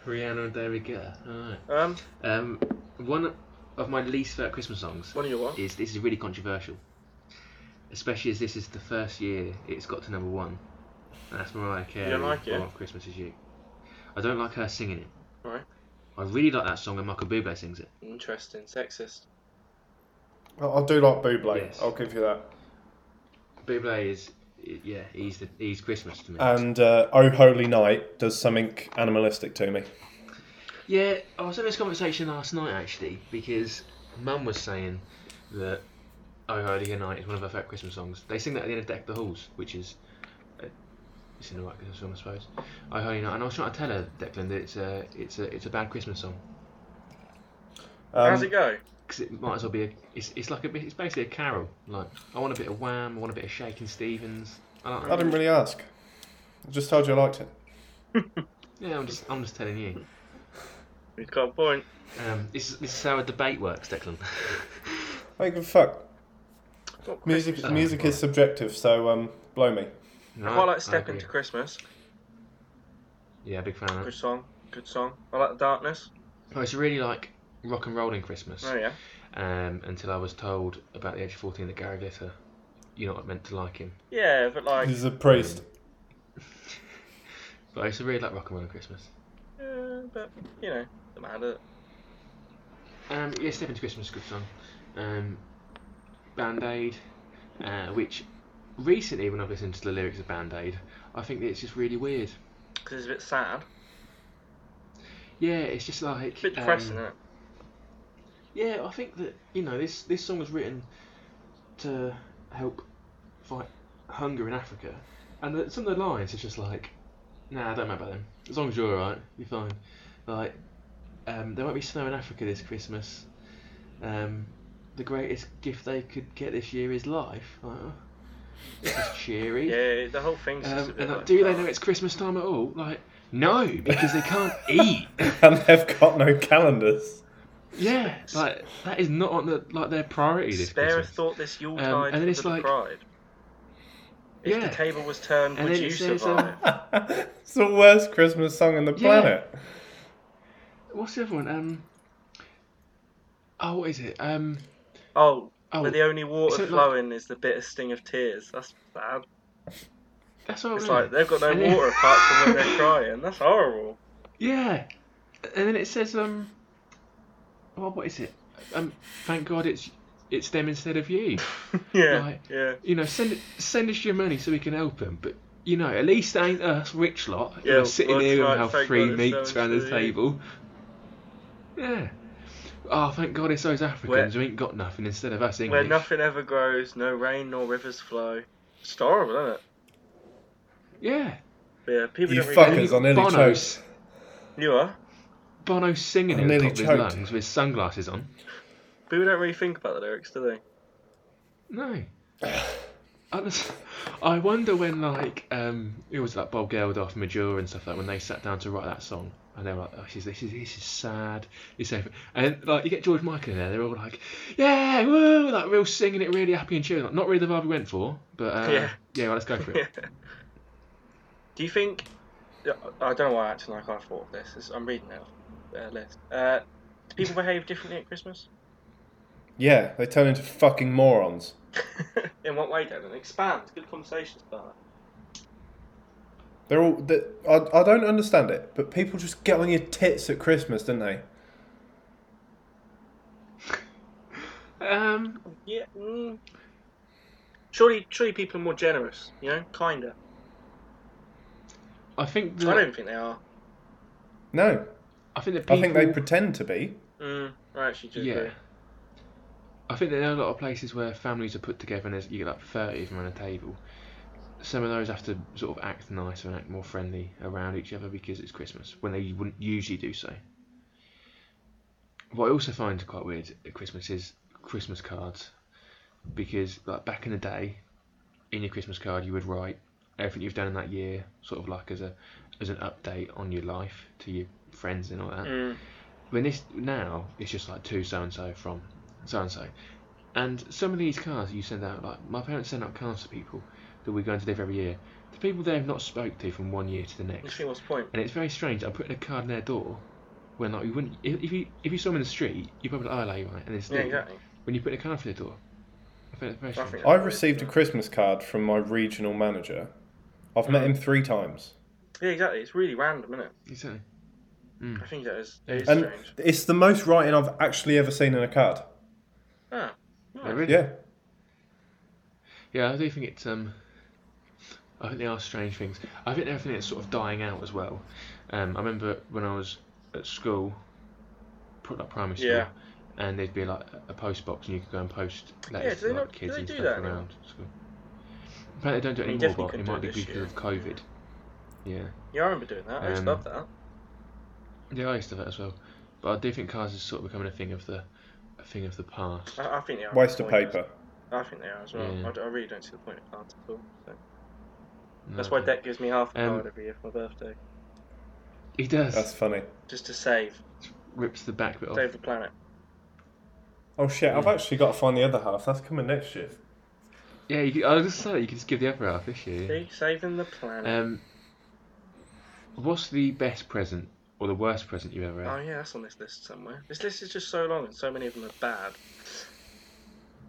Speaker 4: Rihanna and David Guetta. All right.
Speaker 3: Um,
Speaker 4: Um, one of my least favourite Christmas songs.
Speaker 3: one of your what?
Speaker 4: is this is really controversial, especially as this is the first year it's got to number one. And that's Mariah Carey.
Speaker 3: don't like it?
Speaker 4: All Christmas is you. I don't like her singing it.
Speaker 3: Right.
Speaker 4: I really like that song and Michael Bublé sings it.
Speaker 3: Interesting. Sexist.
Speaker 2: I I do like Buble.
Speaker 4: Yes.
Speaker 2: I'll give you that.
Speaker 4: Bublé is, yeah, he's the, he's Christmas to me.
Speaker 2: And uh, Oh Holy Night does something animalistic to me.
Speaker 4: Yeah, I was having this conversation last night actually because Mum was saying that "Oh Holy Night" is one of her favourite Christmas songs. They sing that at the end of Deck the Halls, which is uh, it's in the right Christmas song, I suppose. "Oh Holy Night," and I was trying to tell her Declan that it's a it's a it's a bad Christmas song
Speaker 2: Um,
Speaker 3: How's it go?
Speaker 4: because it might as well be a it's, it's like a bit- it's basically a carol. Like I want a bit of Wham, I want a bit of Shaking Stevens. I like
Speaker 2: I didn't really ask. I just told you I liked it.
Speaker 4: Yeah, I'm just I'm just telling you.
Speaker 3: We've got a point.
Speaker 4: Um, this is this is how a debate works, Declan.
Speaker 2: I don't give a fuck.
Speaker 3: What
Speaker 2: Music,
Speaker 3: Christmas-
Speaker 4: Oh,
Speaker 2: music
Speaker 4: right.
Speaker 2: is subjective, so um, blow me.
Speaker 4: Right,
Speaker 3: Quite like
Speaker 4: I
Speaker 3: Step Into
Speaker 4: agree.
Speaker 3: Christmas.
Speaker 4: Yeah, big fan of
Speaker 3: Good
Speaker 4: that.
Speaker 3: song. Good song. I like the darkness.
Speaker 4: I was Oh, really like rock and rolling Christmas.
Speaker 3: Oh yeah.
Speaker 4: um, until I was told about the age of 14 that Gary Glitter, you're not meant to like him.
Speaker 3: Yeah, but like,
Speaker 2: He's a priest.
Speaker 4: But I used to really like Rock and Roll on Christmas.
Speaker 3: eh, but you know, the matter.
Speaker 4: Um, yeah, Step Into Christmas, good song. Um, Band Aid, uh, which recently, when I've listened to the lyrics of Band Aid, I think that it's just really weird.
Speaker 3: Because it's a bit sad.
Speaker 4: Yeah, it's just like.
Speaker 3: A bit depressing, isn't
Speaker 4: um,
Speaker 3: it?
Speaker 4: Yeah, I think that, you know, this, this song was written to help fight hunger in Africa. And the, some of the lines, it's just like, nah, don't matter about them. As long as you're alright, you're fine. Like, um, there won't be snow in Africa this Christmas. Um, the greatest gift they could get this year is life. Like, oh, this is cheery.
Speaker 3: Yeah, the whole thing's just
Speaker 4: um,
Speaker 3: a bit
Speaker 4: and like,
Speaker 3: like,
Speaker 4: do they
Speaker 3: oh.
Speaker 4: know it's Christmas time at all? Like, no, because they can't eat.
Speaker 2: and they've got no calendars.
Speaker 4: Yeah, like that is not on the like their priority this
Speaker 3: Spare a
Speaker 4: Christmas.
Speaker 3: thought this Yuletide
Speaker 4: Um, and
Speaker 3: for
Speaker 4: then it's
Speaker 3: the
Speaker 4: like-
Speaker 3: pride. If
Speaker 4: Yeah.
Speaker 3: the table was turned,
Speaker 4: And
Speaker 3: would
Speaker 4: then it
Speaker 3: you
Speaker 4: says, um,
Speaker 3: survive?
Speaker 2: it's the worst Christmas song on the
Speaker 4: Yeah.
Speaker 2: planet.
Speaker 4: What's the other one? Um, oh, what is it? Um,
Speaker 3: oh,
Speaker 4: oh,
Speaker 3: but the only water
Speaker 4: so, like-
Speaker 3: flowing is the bitter sting of tears. That's bad.
Speaker 4: that's what I
Speaker 3: It's
Speaker 4: mean.
Speaker 3: like they've got no
Speaker 4: Oh, And then-
Speaker 3: water apart from when they're crying. That's horrible.
Speaker 4: Yeah, and then it says um, well, what is it? Um, thank God it's it's them instead of you.
Speaker 3: Yeah,
Speaker 4: Right.
Speaker 3: yeah.
Speaker 4: You know, send send us your money so we can help them. But you know, at least it ain't us rich lot. you
Speaker 3: Yeah,
Speaker 4: know, sitting
Speaker 3: well,
Speaker 4: here
Speaker 3: thank-
Speaker 4: and have
Speaker 3: thank
Speaker 4: free
Speaker 3: God it's
Speaker 4: meats
Speaker 3: them
Speaker 4: around the
Speaker 3: instead of you.
Speaker 4: table. Yeah. Oh, thank God it's those Africans who ain't got nothing instead of us English.
Speaker 3: Where nothing ever grows, no rain nor rivers flow. It's horrible, isn't it?
Speaker 4: Yeah.
Speaker 3: But yeah, people
Speaker 2: You
Speaker 3: don't
Speaker 2: fuckers,
Speaker 3: really
Speaker 2: I nearly
Speaker 4: Bono's-
Speaker 2: choked.
Speaker 3: You are.
Speaker 4: Bono singing
Speaker 2: I
Speaker 4: it at the
Speaker 2: nearly
Speaker 4: top of his
Speaker 2: choked.
Speaker 4: lungs with his sunglasses on.
Speaker 3: People don't really think about the lyrics, do they?
Speaker 4: No. I, just- I wonder when like um it was like Bob Geldof, Majora and stuff like when they sat down to write that song and they were like, oh, she's, this is this is sad, it's over. and like you get George Michael in there, they're all like, yeah, woo, like real singing it, really happy and cheering. Like, not really the vibe we went for, but uh, yeah,
Speaker 3: Yeah.
Speaker 4: well, let's go for it.
Speaker 3: Do you think? yeah, I don't know why I actually like I thought of this. It's- I'm reading it off uh, list. Uh, do people behave differently at Christmas?
Speaker 2: Yeah, they turn into fucking morons.
Speaker 3: In what way, Dylan? Expand. Good conversation starter.
Speaker 2: They're all. They, I, I don't understand it, but people just get on your tits at Christmas, don't they?
Speaker 4: um,
Speaker 3: Yeah. Mm. Surely, surely people are more generous. You know, kinder.
Speaker 4: I think
Speaker 3: I
Speaker 4: that
Speaker 3: don't think they are.
Speaker 2: No,
Speaker 4: I think that
Speaker 2: I think
Speaker 4: people-
Speaker 2: they pretend to be.
Speaker 3: Mm, I actually do
Speaker 4: Yeah.
Speaker 3: agree.
Speaker 4: I think there are a lot of places where families are put together and there's, you get like 30 of them on a table. Some of those have to sort of act nicer and act more friendly around each other because it's Christmas, when they wouldn't usually do so. What I also find quite weird at Christmas is Christmas cards. Because like back in the day, in your Christmas card you would write everything you've done in that year, sort of like as a as an update on your life to your friends and all that
Speaker 3: Mm.
Speaker 4: when this now it's just like to so and so from so and so and some of these cards you send out like my parents send out cards to people that we're going to live every year the people they've not spoke to from one year to the next
Speaker 3: Actually, what's the point?
Speaker 4: and it's very strange i'm putting a card in their door when like you wouldn't if, if you if you saw them in the street you'd probably like, oh, hello, you right and it's
Speaker 3: Yeah,
Speaker 4: them.
Speaker 3: exactly.
Speaker 4: when you put a card through the door i think it's very
Speaker 3: I
Speaker 4: strange
Speaker 3: think
Speaker 2: I
Speaker 3: that's
Speaker 2: received a
Speaker 3: weird.
Speaker 2: Christmas card from my regional manager. I've met him three times.
Speaker 3: Yeah, exactly. It's really random, isn't it?
Speaker 4: Exactly. Mm.
Speaker 3: I think that is, it is
Speaker 4: And-
Speaker 3: strange.
Speaker 2: It's the most writing I've actually ever seen in a card.
Speaker 3: Ah,
Speaker 4: Yeah,
Speaker 3: nice.
Speaker 4: Oh, really?
Speaker 2: Yeah.
Speaker 4: Yeah, I do think it's um. I think they are strange things. I think everything is sort of dying out as well. Um, I remember when I was at school, pr- like primary school,
Speaker 3: Yeah.
Speaker 4: and there'd be like a post box, and you could go and post
Speaker 3: Yeah, do
Speaker 4: letters to
Speaker 3: they
Speaker 4: like
Speaker 3: not- do
Speaker 4: kids
Speaker 3: they
Speaker 4: and
Speaker 3: do
Speaker 4: stuff
Speaker 3: that anymore?
Speaker 4: around school. Apparently, they don't do it
Speaker 3: I mean, definitely
Speaker 4: anymore, but it
Speaker 3: couldn't do
Speaker 4: might
Speaker 3: it
Speaker 4: be
Speaker 3: this
Speaker 4: because of COVID. Yeah,
Speaker 3: Yeah, I remember doing that. I used
Speaker 4: Um,
Speaker 3: to love that.
Speaker 4: yeah, I used to do that as well, but I do think cards is sort of becoming a thing of the, a thing of the past.
Speaker 3: I, I think they are.
Speaker 2: Waste of
Speaker 3: pointless.
Speaker 2: paper.
Speaker 3: I think they are as well.
Speaker 4: Yeah.
Speaker 3: I d- I, really don't see the point of cards at all. So.
Speaker 4: No,
Speaker 3: That's
Speaker 4: I
Speaker 3: why
Speaker 4: don't-
Speaker 3: Deck gives me half a
Speaker 4: Um,
Speaker 3: card every year for my birthday,
Speaker 4: He does
Speaker 2: That's funny.
Speaker 3: just to save,
Speaker 4: rips the back bit off.
Speaker 3: save the planet.
Speaker 2: Oh shit, I've actually got to find the other half. That's coming next year.
Speaker 4: Yeah, you could, I was just saying you could just give the upper half this year. yeah.
Speaker 3: See, saving the planet.
Speaker 4: Um, what's the best present or the worst present you ever
Speaker 3: oh
Speaker 4: had?
Speaker 3: yeah, that's on this list somewhere. This list is just so long, and so many of them are bad.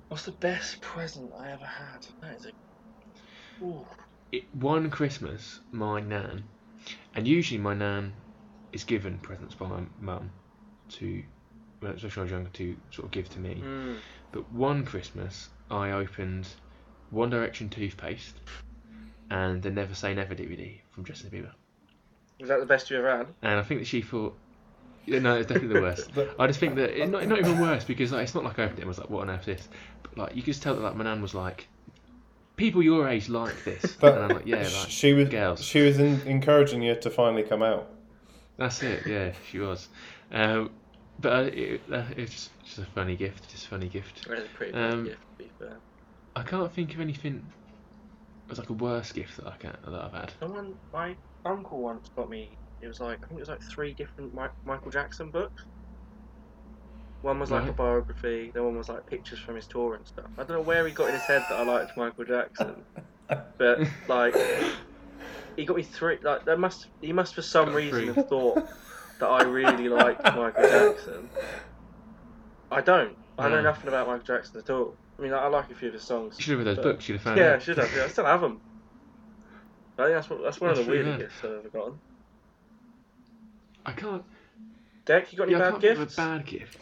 Speaker 3: What's the best present I ever had? That is a. Ooh.
Speaker 4: It, one Christmas, my nan, and usually my nan is given presents by my mum to, well, especially when I was younger, to sort of give to me.
Speaker 3: Mm.
Speaker 4: But one Christmas, I opened One Direction toothpaste and the Never Say Never DVD from Justin Bieber,
Speaker 3: Is that the best you ever had?
Speaker 4: and I think that she thought. Yeah, no, it's definitely the worst. I just think that it, not, not even worse because like, it's not like I opened it and was like, "What on earth is this?" But like you could just tell that like my nan was like, "People your age like this,"
Speaker 2: But
Speaker 4: and I'm like, "Yeah,
Speaker 2: sh-
Speaker 4: like,
Speaker 2: she was
Speaker 4: girls."
Speaker 2: she was in, encouraging you to finally come out.
Speaker 4: that's it." Yeah, she was. Um, but uh, it, uh, it's just, just a funny gift, just a funny gift.
Speaker 3: That is a pretty good
Speaker 4: Um,
Speaker 3: gift, to be fair.
Speaker 4: I can't think of anything. It was like a worse gift that I can that I've had.
Speaker 3: Someone, my uncle once got me. It was like I think it was like three different Mi- Michael Jackson books. One was like a
Speaker 4: Right.
Speaker 3: biography. The one was like pictures from his tour and stuff. I don't know where he got in his head that I liked Michael Jackson, but like he got me three. Like there must he must for some
Speaker 4: Got
Speaker 3: reason
Speaker 4: three.
Speaker 3: have thought that I really liked Michael Jackson. I don't. I know
Speaker 4: No.
Speaker 3: nothing about Michael Jackson at all. I mean, I, I like a few of his songs.
Speaker 4: You should have read those
Speaker 3: but-
Speaker 4: books. You'd have found
Speaker 3: Yeah, I
Speaker 4: out.
Speaker 3: should have. Yeah, I still have them. I think that's, what, that's one of
Speaker 4: That's
Speaker 3: the
Speaker 4: really
Speaker 3: weirdest
Speaker 4: bad.
Speaker 3: gifts I've ever gotten.
Speaker 4: I can't.
Speaker 3: Deck, you got any
Speaker 4: Yeah, I
Speaker 3: bad
Speaker 4: can't
Speaker 3: gifts?
Speaker 4: think of a bad gift.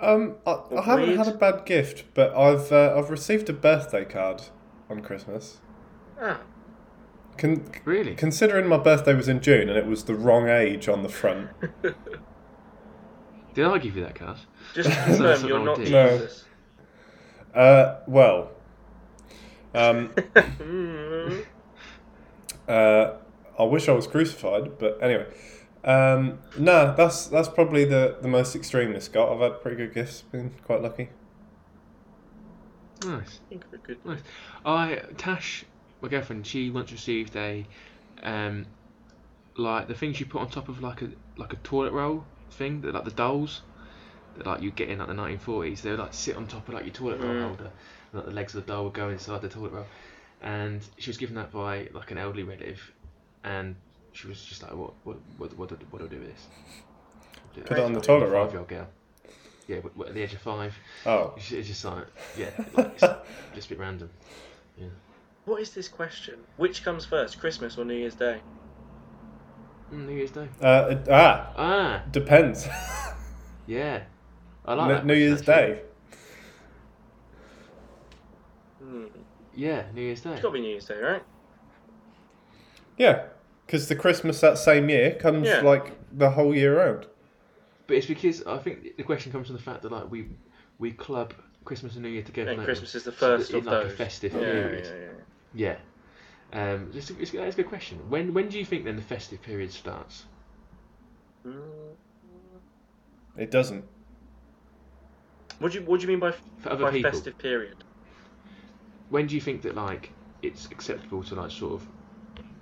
Speaker 2: Um, I, I
Speaker 3: That's
Speaker 2: haven't
Speaker 3: weird.
Speaker 2: had a bad gift, but I've uh, I've received a birthday card on Christmas.
Speaker 3: Ah,
Speaker 2: Con-
Speaker 4: Really?
Speaker 2: considering my birthday was in June and it was the wrong age on the front.
Speaker 4: Did I give you that card?
Speaker 3: just to
Speaker 4: That's
Speaker 3: confirm
Speaker 4: what
Speaker 3: you're
Speaker 4: I
Speaker 3: not
Speaker 4: did.
Speaker 2: No.
Speaker 3: Jesus.
Speaker 2: Uh, well, um,
Speaker 3: Mm.
Speaker 2: uh, I wish I was crucified, but anyway. Um, nah, that's that's probably the, the most extreme this got. I've had pretty good gifts, been quite lucky.
Speaker 4: Nice.
Speaker 3: Think of a good-
Speaker 4: Nice. I Tash, my girlfriend, she once received a, um, like the things you put on top of like a like a toilet roll thing, that like the dolls, that like you get in like the 1940s. They would like sit on top of like your toilet roll
Speaker 3: Mm.
Speaker 4: holder, and, like the legs of the doll would go inside the toilet roll, and she was given that by like an elderly relative, and she was just like, what what what what do, what do I do with this?
Speaker 2: Put it on the toilet roll.
Speaker 4: Five-year-old girl. Yeah, w- w- at the age of five.
Speaker 2: Oh,
Speaker 4: It's, it's just like, yeah, like, it's just a bit random.
Speaker 3: What is this question? Which comes first, Christmas or New Year's Day?
Speaker 4: Mm, New Year's Day.
Speaker 2: uh, it- ah,
Speaker 4: Ah,
Speaker 2: depends.
Speaker 4: yeah. I like
Speaker 2: New-
Speaker 4: that
Speaker 2: New
Speaker 4: question,
Speaker 2: Year's
Speaker 4: actually.
Speaker 2: Day.
Speaker 3: Hmm.
Speaker 4: Yeah, New Year's Day.
Speaker 3: It's got to be New Year's Day, right?
Speaker 2: Yeah, because the Christmas that same year comes
Speaker 3: Yeah.
Speaker 2: like the whole year round.
Speaker 4: But it's because I think the question comes from the fact that like we we club Christmas and New Year together.
Speaker 3: And
Speaker 4: don't
Speaker 3: Christmas
Speaker 4: we?
Speaker 3: is the
Speaker 4: So
Speaker 3: first
Speaker 4: that
Speaker 3: of
Speaker 4: in, like
Speaker 3: those.
Speaker 4: a festive
Speaker 3: Yeah,
Speaker 4: period.
Speaker 3: yeah, yeah.
Speaker 4: Yeah. Um, it's a, it's, that's a good question. When when do you think then the festive period starts?
Speaker 3: Mm.
Speaker 2: It doesn't.
Speaker 3: What do you What do you mean by f-
Speaker 4: For other
Speaker 3: by
Speaker 4: people,
Speaker 3: festive period?
Speaker 4: when do you think that like it's acceptable to like sort of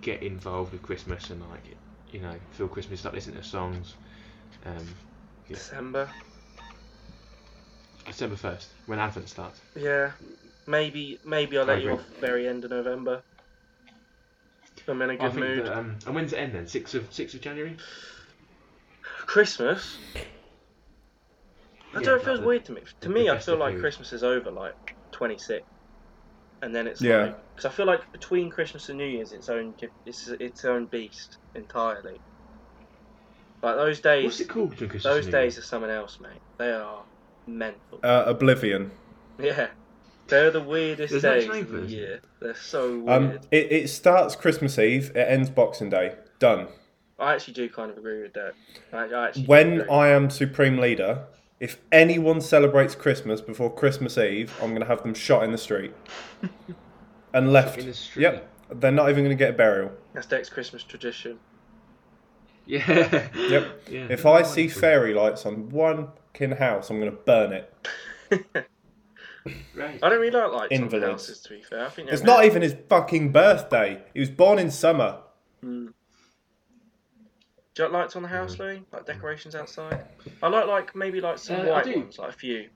Speaker 4: get involved with Christmas and like you know feel Christmas, start listening to songs? Um, Yeah.
Speaker 3: December.
Speaker 4: December first, when Advent starts.
Speaker 3: Yeah, maybe maybe I'll
Speaker 4: I
Speaker 3: let you
Speaker 4: agree.
Speaker 3: off very end of November. I'm in a
Speaker 4: I
Speaker 3: good
Speaker 4: think
Speaker 3: mood.
Speaker 4: that, um, and when's it end then? Sixth of sixth of January.
Speaker 3: Christmas. I don't
Speaker 4: Yeah,
Speaker 3: know. It feels
Speaker 4: like the-
Speaker 3: weird to me. To
Speaker 4: the
Speaker 3: me, I
Speaker 4: festive
Speaker 3: feel like
Speaker 4: period.
Speaker 3: Christmas is over like 26, and then it's
Speaker 2: Yeah.
Speaker 3: yeah. Because I feel like between Christmas and New Year's, it's own di- it's its own beast entirely. Like those
Speaker 4: What's
Speaker 3: days,
Speaker 4: it called, Drinkers?
Speaker 3: those days are something else, mate. They are mental.
Speaker 2: Uh, Oblivion.
Speaker 3: Yeah, they're the weirdest
Speaker 4: There's no
Speaker 3: days
Speaker 4: train
Speaker 3: of the
Speaker 4: version.
Speaker 3: year. They're so weird.
Speaker 2: Um, it, it starts Christmas Eve, it ends Boxing Day. Done.
Speaker 3: I actually do kind of agree with that. I, I actually do
Speaker 2: When
Speaker 3: agree.
Speaker 2: I am Supreme Leader, if anyone celebrates Christmas before Christmas Eve, I'm going to have them shot in the street and left.
Speaker 4: in the street.
Speaker 2: Yep. They're not even going to get a burial.
Speaker 3: that's Deck's Christmas tradition.
Speaker 4: Yeah.
Speaker 2: Yep.
Speaker 4: Yeah.
Speaker 2: If I see fairy lights on one kin house, I'm going to burn it.
Speaker 4: Right.
Speaker 3: I don't really like lights on the
Speaker 2: Invalids.
Speaker 3: houses, to be fair. I think
Speaker 2: It's
Speaker 3: they're
Speaker 2: not even his fucking birthday. He was born in summer.
Speaker 3: Hmm. Do you like lights on the house, Louis? Like decorations outside? I like like maybe like some
Speaker 4: Uh, I
Speaker 3: white
Speaker 4: do.
Speaker 3: ones, like a few.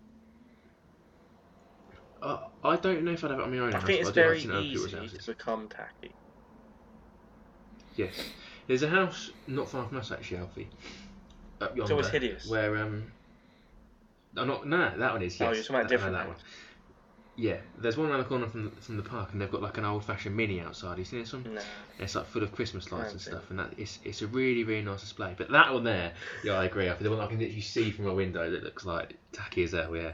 Speaker 4: I, Uh, I don't know if I'd have it on my own.
Speaker 3: I
Speaker 4: house,
Speaker 3: think
Speaker 4: but
Speaker 3: it's
Speaker 4: do like
Speaker 3: very
Speaker 4: to know people's
Speaker 3: easy
Speaker 4: houses.
Speaker 3: to become tacky. Oh,
Speaker 4: Yes. There's a house not far from us actually, Alfie. Up yonder.
Speaker 3: always hideous.
Speaker 4: Where um no not no, that one is,
Speaker 3: Oh,
Speaker 4: yes.
Speaker 3: you're talking about
Speaker 4: that, no,
Speaker 3: different
Speaker 4: that one.
Speaker 3: house.
Speaker 4: Yeah. There's one around the corner from the, from the park and they've got like an old fashioned mini outside, you seen this one?
Speaker 3: No.
Speaker 4: It's like full of Christmas lights and
Speaker 3: Fancy.
Speaker 4: stuff and that it's it's a really, really nice display. But that one there, yeah, I agree, Alfie, the one I can literally see from my window that looks like tacky as hell, yeah.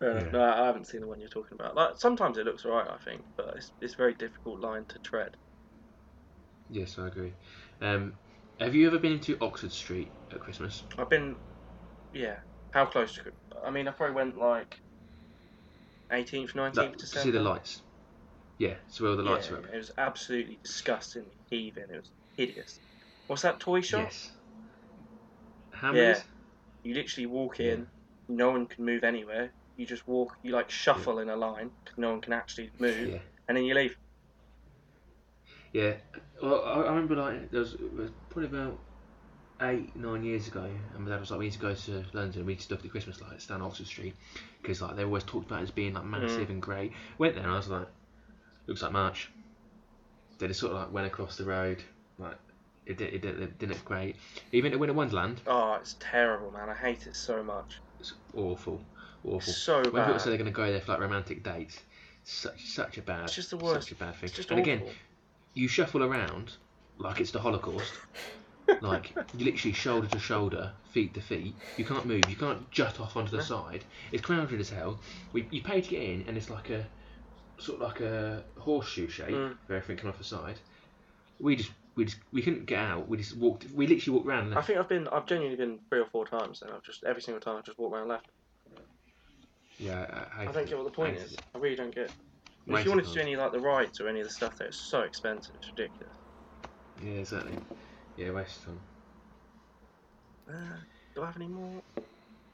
Speaker 3: Fair enough.
Speaker 4: Yeah.
Speaker 3: No, I haven't seen the one you're talking about. Like sometimes it looks alright, I think, but it's it's a very difficult line to tread.
Speaker 4: Yes, I agree. Um have you ever been to Oxford Street at Christmas?
Speaker 3: I've been, yeah. How close? To, I mean, I probably went like 18th, 19th
Speaker 4: That- to
Speaker 3: December.
Speaker 4: see the lights. Yeah, so where all the lights
Speaker 3: yeah,
Speaker 4: are up.
Speaker 3: It was absolutely disgusting, heaving. It was hideous. What's that toy shop?
Speaker 4: Yes. How
Speaker 3: Yeah.
Speaker 4: many?
Speaker 3: You literally walk in, no one can move anywhere. You just walk, you like shuffle in a line 'cause no one can actually move,
Speaker 4: Yeah.
Speaker 3: and then you leave.
Speaker 4: Yeah. Well, I, I remember like there was, it was probably about eight, nine years ago, and my dad was like, "We need to go to London. We need to look at the Christmas lights down Oxford Street because like they always talked about it as being
Speaker 3: Mm.
Speaker 4: like massive and great." Went there and I was like, "Looks like March." Then it sort of like went across the road, like it, did, it, did, it didn't look great. Even at Winter Wonderland,
Speaker 3: Oh, it's terrible, man. I hate it so much.
Speaker 4: It's awful, awful.
Speaker 3: So
Speaker 4: when people
Speaker 3: bad.
Speaker 4: say they're going to go there for like romantic dates, such such a bad,
Speaker 3: It's just the worst.
Speaker 4: such a bad thing.
Speaker 3: It's just
Speaker 4: and
Speaker 3: awful.
Speaker 4: again, you shuffle around like it's the Holocaust. like you literally shoulder to shoulder, feet to feet. You can't move. You can't jut off onto the side. It's crowded as hell. We, you pay to get in, and it's like a sort of like a horseshoe shape,
Speaker 3: Mm.
Speaker 4: where everything come off the side. We just we just we couldn't get out. We just walked. We literally walked around. And
Speaker 3: I think I've been, I've genuinely been three or four times, and I've just every single time I've just walked around left.
Speaker 4: yeah, I,
Speaker 3: I don't get what the point
Speaker 4: hated
Speaker 3: is.
Speaker 4: it.
Speaker 3: I really don't get. But if
Speaker 4: Waste
Speaker 3: you
Speaker 4: of
Speaker 3: wanted to
Speaker 4: time.
Speaker 3: do any like the rides or any of the stuff, there, it's so expensive. It's ridiculous.
Speaker 4: Yeah, exactly. Yeah, waste of time.
Speaker 3: Uh, do I have any more?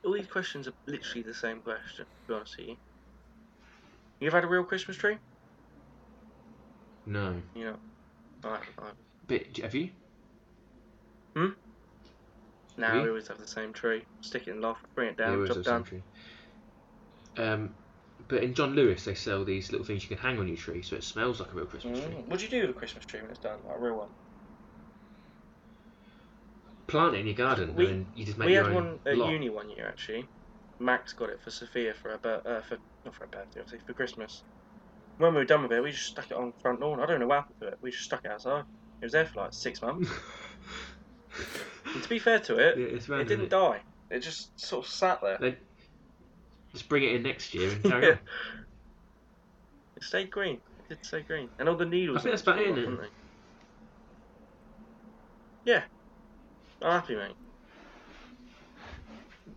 Speaker 3: All these questions are literally the same question. To be honest with you, you've had a real Christmas tree?
Speaker 4: No.
Speaker 3: You know, I, I,
Speaker 4: But have you? Hmm?
Speaker 3: now
Speaker 4: Really?
Speaker 3: we always have the same tree. Stick it in the loft, bring it
Speaker 4: Yeah,
Speaker 3: down,
Speaker 4: we're
Speaker 3: job
Speaker 4: so
Speaker 3: done.
Speaker 4: century. Um, but in John Lewis, they sell these little things you can hang on your tree, so it smells like a real Christmas tree.
Speaker 3: Mm. What do you do with a Christmas tree when it's done? Like a real one?
Speaker 4: Plant it in your garden,
Speaker 3: We-
Speaker 4: and then you just make
Speaker 3: we
Speaker 4: your
Speaker 3: had
Speaker 4: own
Speaker 3: one at
Speaker 4: lot.
Speaker 3: uni one year actually. Max got it for Sophia for a bir- uh, for not for a birthday, obviously for Christmas. When we were done with it, we just stuck it on the front lawn. I don't know what happened to it. We just stuck it outside. It was there for like six months. and to be fair to it,
Speaker 4: Yeah, it's
Speaker 3: it
Speaker 4: random,
Speaker 3: didn't
Speaker 4: isn't
Speaker 3: die. It just sort of sat there.
Speaker 4: Then just bring it in next year and carry
Speaker 3: Yeah. It stayed green. It did stay green, and all the needles.
Speaker 4: I think
Speaker 3: in
Speaker 4: that's about
Speaker 3: as
Speaker 4: it,
Speaker 3: well,
Speaker 4: isn't it?
Speaker 3: didn't they? Yeah, I'm happy, mate.
Speaker 4: on.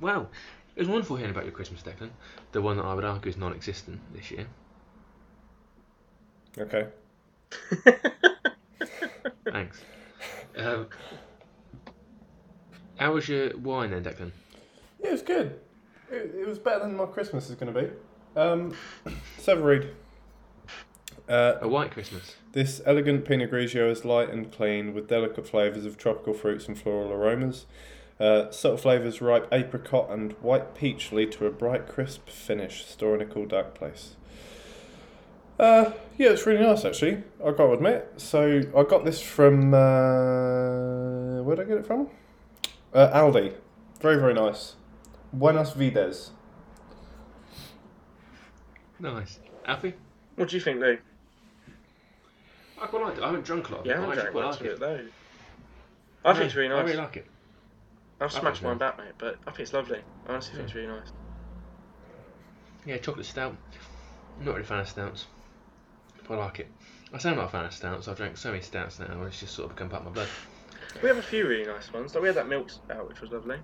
Speaker 4: Wow, it was wonderful hearing about your Christmas, Declan. The one that I would argue is non-existent this year.
Speaker 2: Okay.
Speaker 4: Thanks. um, how was your wine then, Declan?
Speaker 2: Yeah, it was good. It, it was better than my Christmas is going to be. Um, Severide. Uh,
Speaker 4: A white Christmas.
Speaker 2: This elegant Pinot Grigio is light and clean with delicate flavours of tropical fruits and floral aromas. Uh, subtle flavours ripe apricot and white peach lead to a bright, crisp finish, store in a cool, dark place. Uh, yeah, it's really nice actually, I've got to admit. So I got this from. Uh, where did I get it from? Uh, Aldi. Very, very nice. Buenas Vides.
Speaker 4: Nice. Alfie?
Speaker 3: What do you think, Lou?
Speaker 4: I quite liked it. I haven't drunk a lot. Of
Speaker 3: Yeah,
Speaker 4: it,
Speaker 3: I
Speaker 4: but
Speaker 3: haven't
Speaker 4: I actually
Speaker 3: drank
Speaker 4: quite
Speaker 3: much
Speaker 4: like
Speaker 3: of it
Speaker 4: it.
Speaker 3: though. I think
Speaker 4: No,
Speaker 3: it's really
Speaker 4: I
Speaker 3: nice.
Speaker 4: really like it.
Speaker 3: I've
Speaker 4: That
Speaker 3: smashed
Speaker 4: was
Speaker 3: mine back, mate, but I think it's lovely. I honestly think it's really nice.
Speaker 4: Yeah, chocolate stout. I'm not really a fan of stouts, but I like it. I say I'm not a fan of stouts. I've drank so many stouts now, it's just sort of become part of my blood.
Speaker 3: We have a few really nice ones. Like we had that milk out, which was lovely.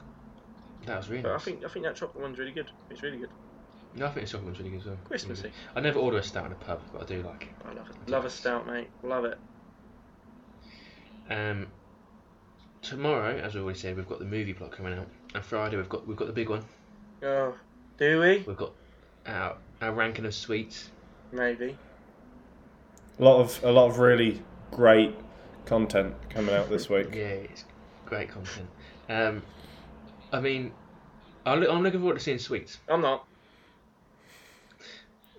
Speaker 4: That was really
Speaker 3: But I
Speaker 4: nice.
Speaker 3: think I think that chocolate one's really good. It's really good.
Speaker 4: no, I think the chocolate one's really good as well.
Speaker 3: Christmassy.
Speaker 4: I never order a stout in a pub, but I do like it.
Speaker 3: I love it. Love a stout, mate. Love it.
Speaker 4: Um, tomorrow, as we already said, we've got the movie block coming out, and Friday we've got we've got the big one.
Speaker 3: Oh, do we?
Speaker 4: We've got our our ranking of sweets.
Speaker 3: Maybe.
Speaker 2: A lot of a lot of really great content coming out this week.
Speaker 4: Yeah, it's great content. Um, I mean, I look, I'm looking forward to seeing sweets.
Speaker 3: I'm not.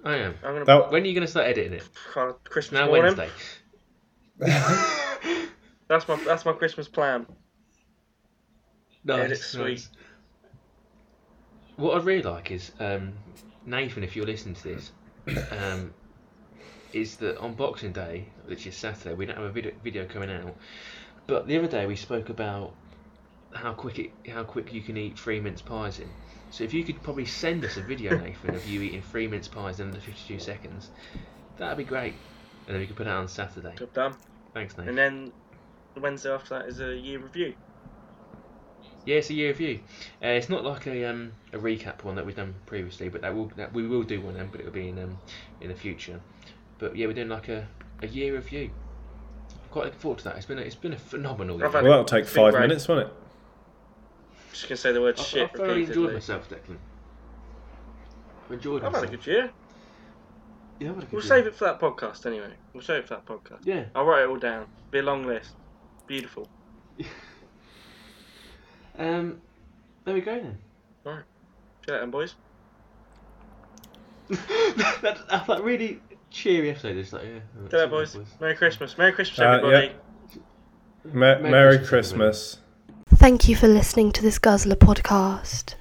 Speaker 4: I am.
Speaker 3: I'm gonna
Speaker 2: That-
Speaker 4: When are you going to start editing it?
Speaker 3: kind of Christmas
Speaker 4: Now
Speaker 3: morning.
Speaker 4: Wednesday.
Speaker 3: That's my that's my Christmas plan.
Speaker 4: Nice,
Speaker 3: Edit sweet.
Speaker 4: nice. What I'd really like is um, Nathan, if you're listening to this, um, is that on Boxing Day, which is Saturday, we don't have a video, video coming out. But the other day we spoke about how quick it, how quick you can eat three mince pies in. So if you could probably send us a video, Nathan, of you eating three mince pies in under 52 seconds, that'd be great. And then we could put it out on Saturday.
Speaker 3: Job done.
Speaker 4: Thanks, Nathan.
Speaker 3: And then the Wednesday after that is a year review.
Speaker 4: Yeah, it's a year review. Uh, it's not like a um, a recap one that we've done previously, but that will that we will do one then, but it'll be in um, in the future. But yeah, we're doing like a, a year review. Quite looking forward to that. It's been a, it's been a phenomenal.
Speaker 3: I've
Speaker 4: year.
Speaker 2: Well, that'll take
Speaker 3: Big
Speaker 2: five
Speaker 3: break.
Speaker 2: minutes, won't it?
Speaker 3: Just gonna say the word
Speaker 4: I've,
Speaker 3: shit
Speaker 4: I've thoroughly enjoyed
Speaker 3: repeatedly.
Speaker 4: myself, Declan. I've enjoyed
Speaker 3: I've had a
Speaker 4: myself.
Speaker 3: good year.
Speaker 4: yeah, I've had a good
Speaker 3: We'll
Speaker 4: year.
Speaker 3: save it for that podcast anyway. We'll save it for that podcast.
Speaker 4: Yeah.
Speaker 3: I'll write it all down. Be a long list. Beautiful.
Speaker 4: Um, there we go then.
Speaker 3: See you later, boys.
Speaker 4: that, that's like really cheery episode. It's like yeah.
Speaker 3: See you later, boys. Merry Christmas. Merry Christmas,
Speaker 2: Uh,
Speaker 3: everybody.
Speaker 2: yeah. Ma- Merry,
Speaker 4: Christmas,
Speaker 2: Christmas.
Speaker 1: Thank you for listening to this Guzzler podcast.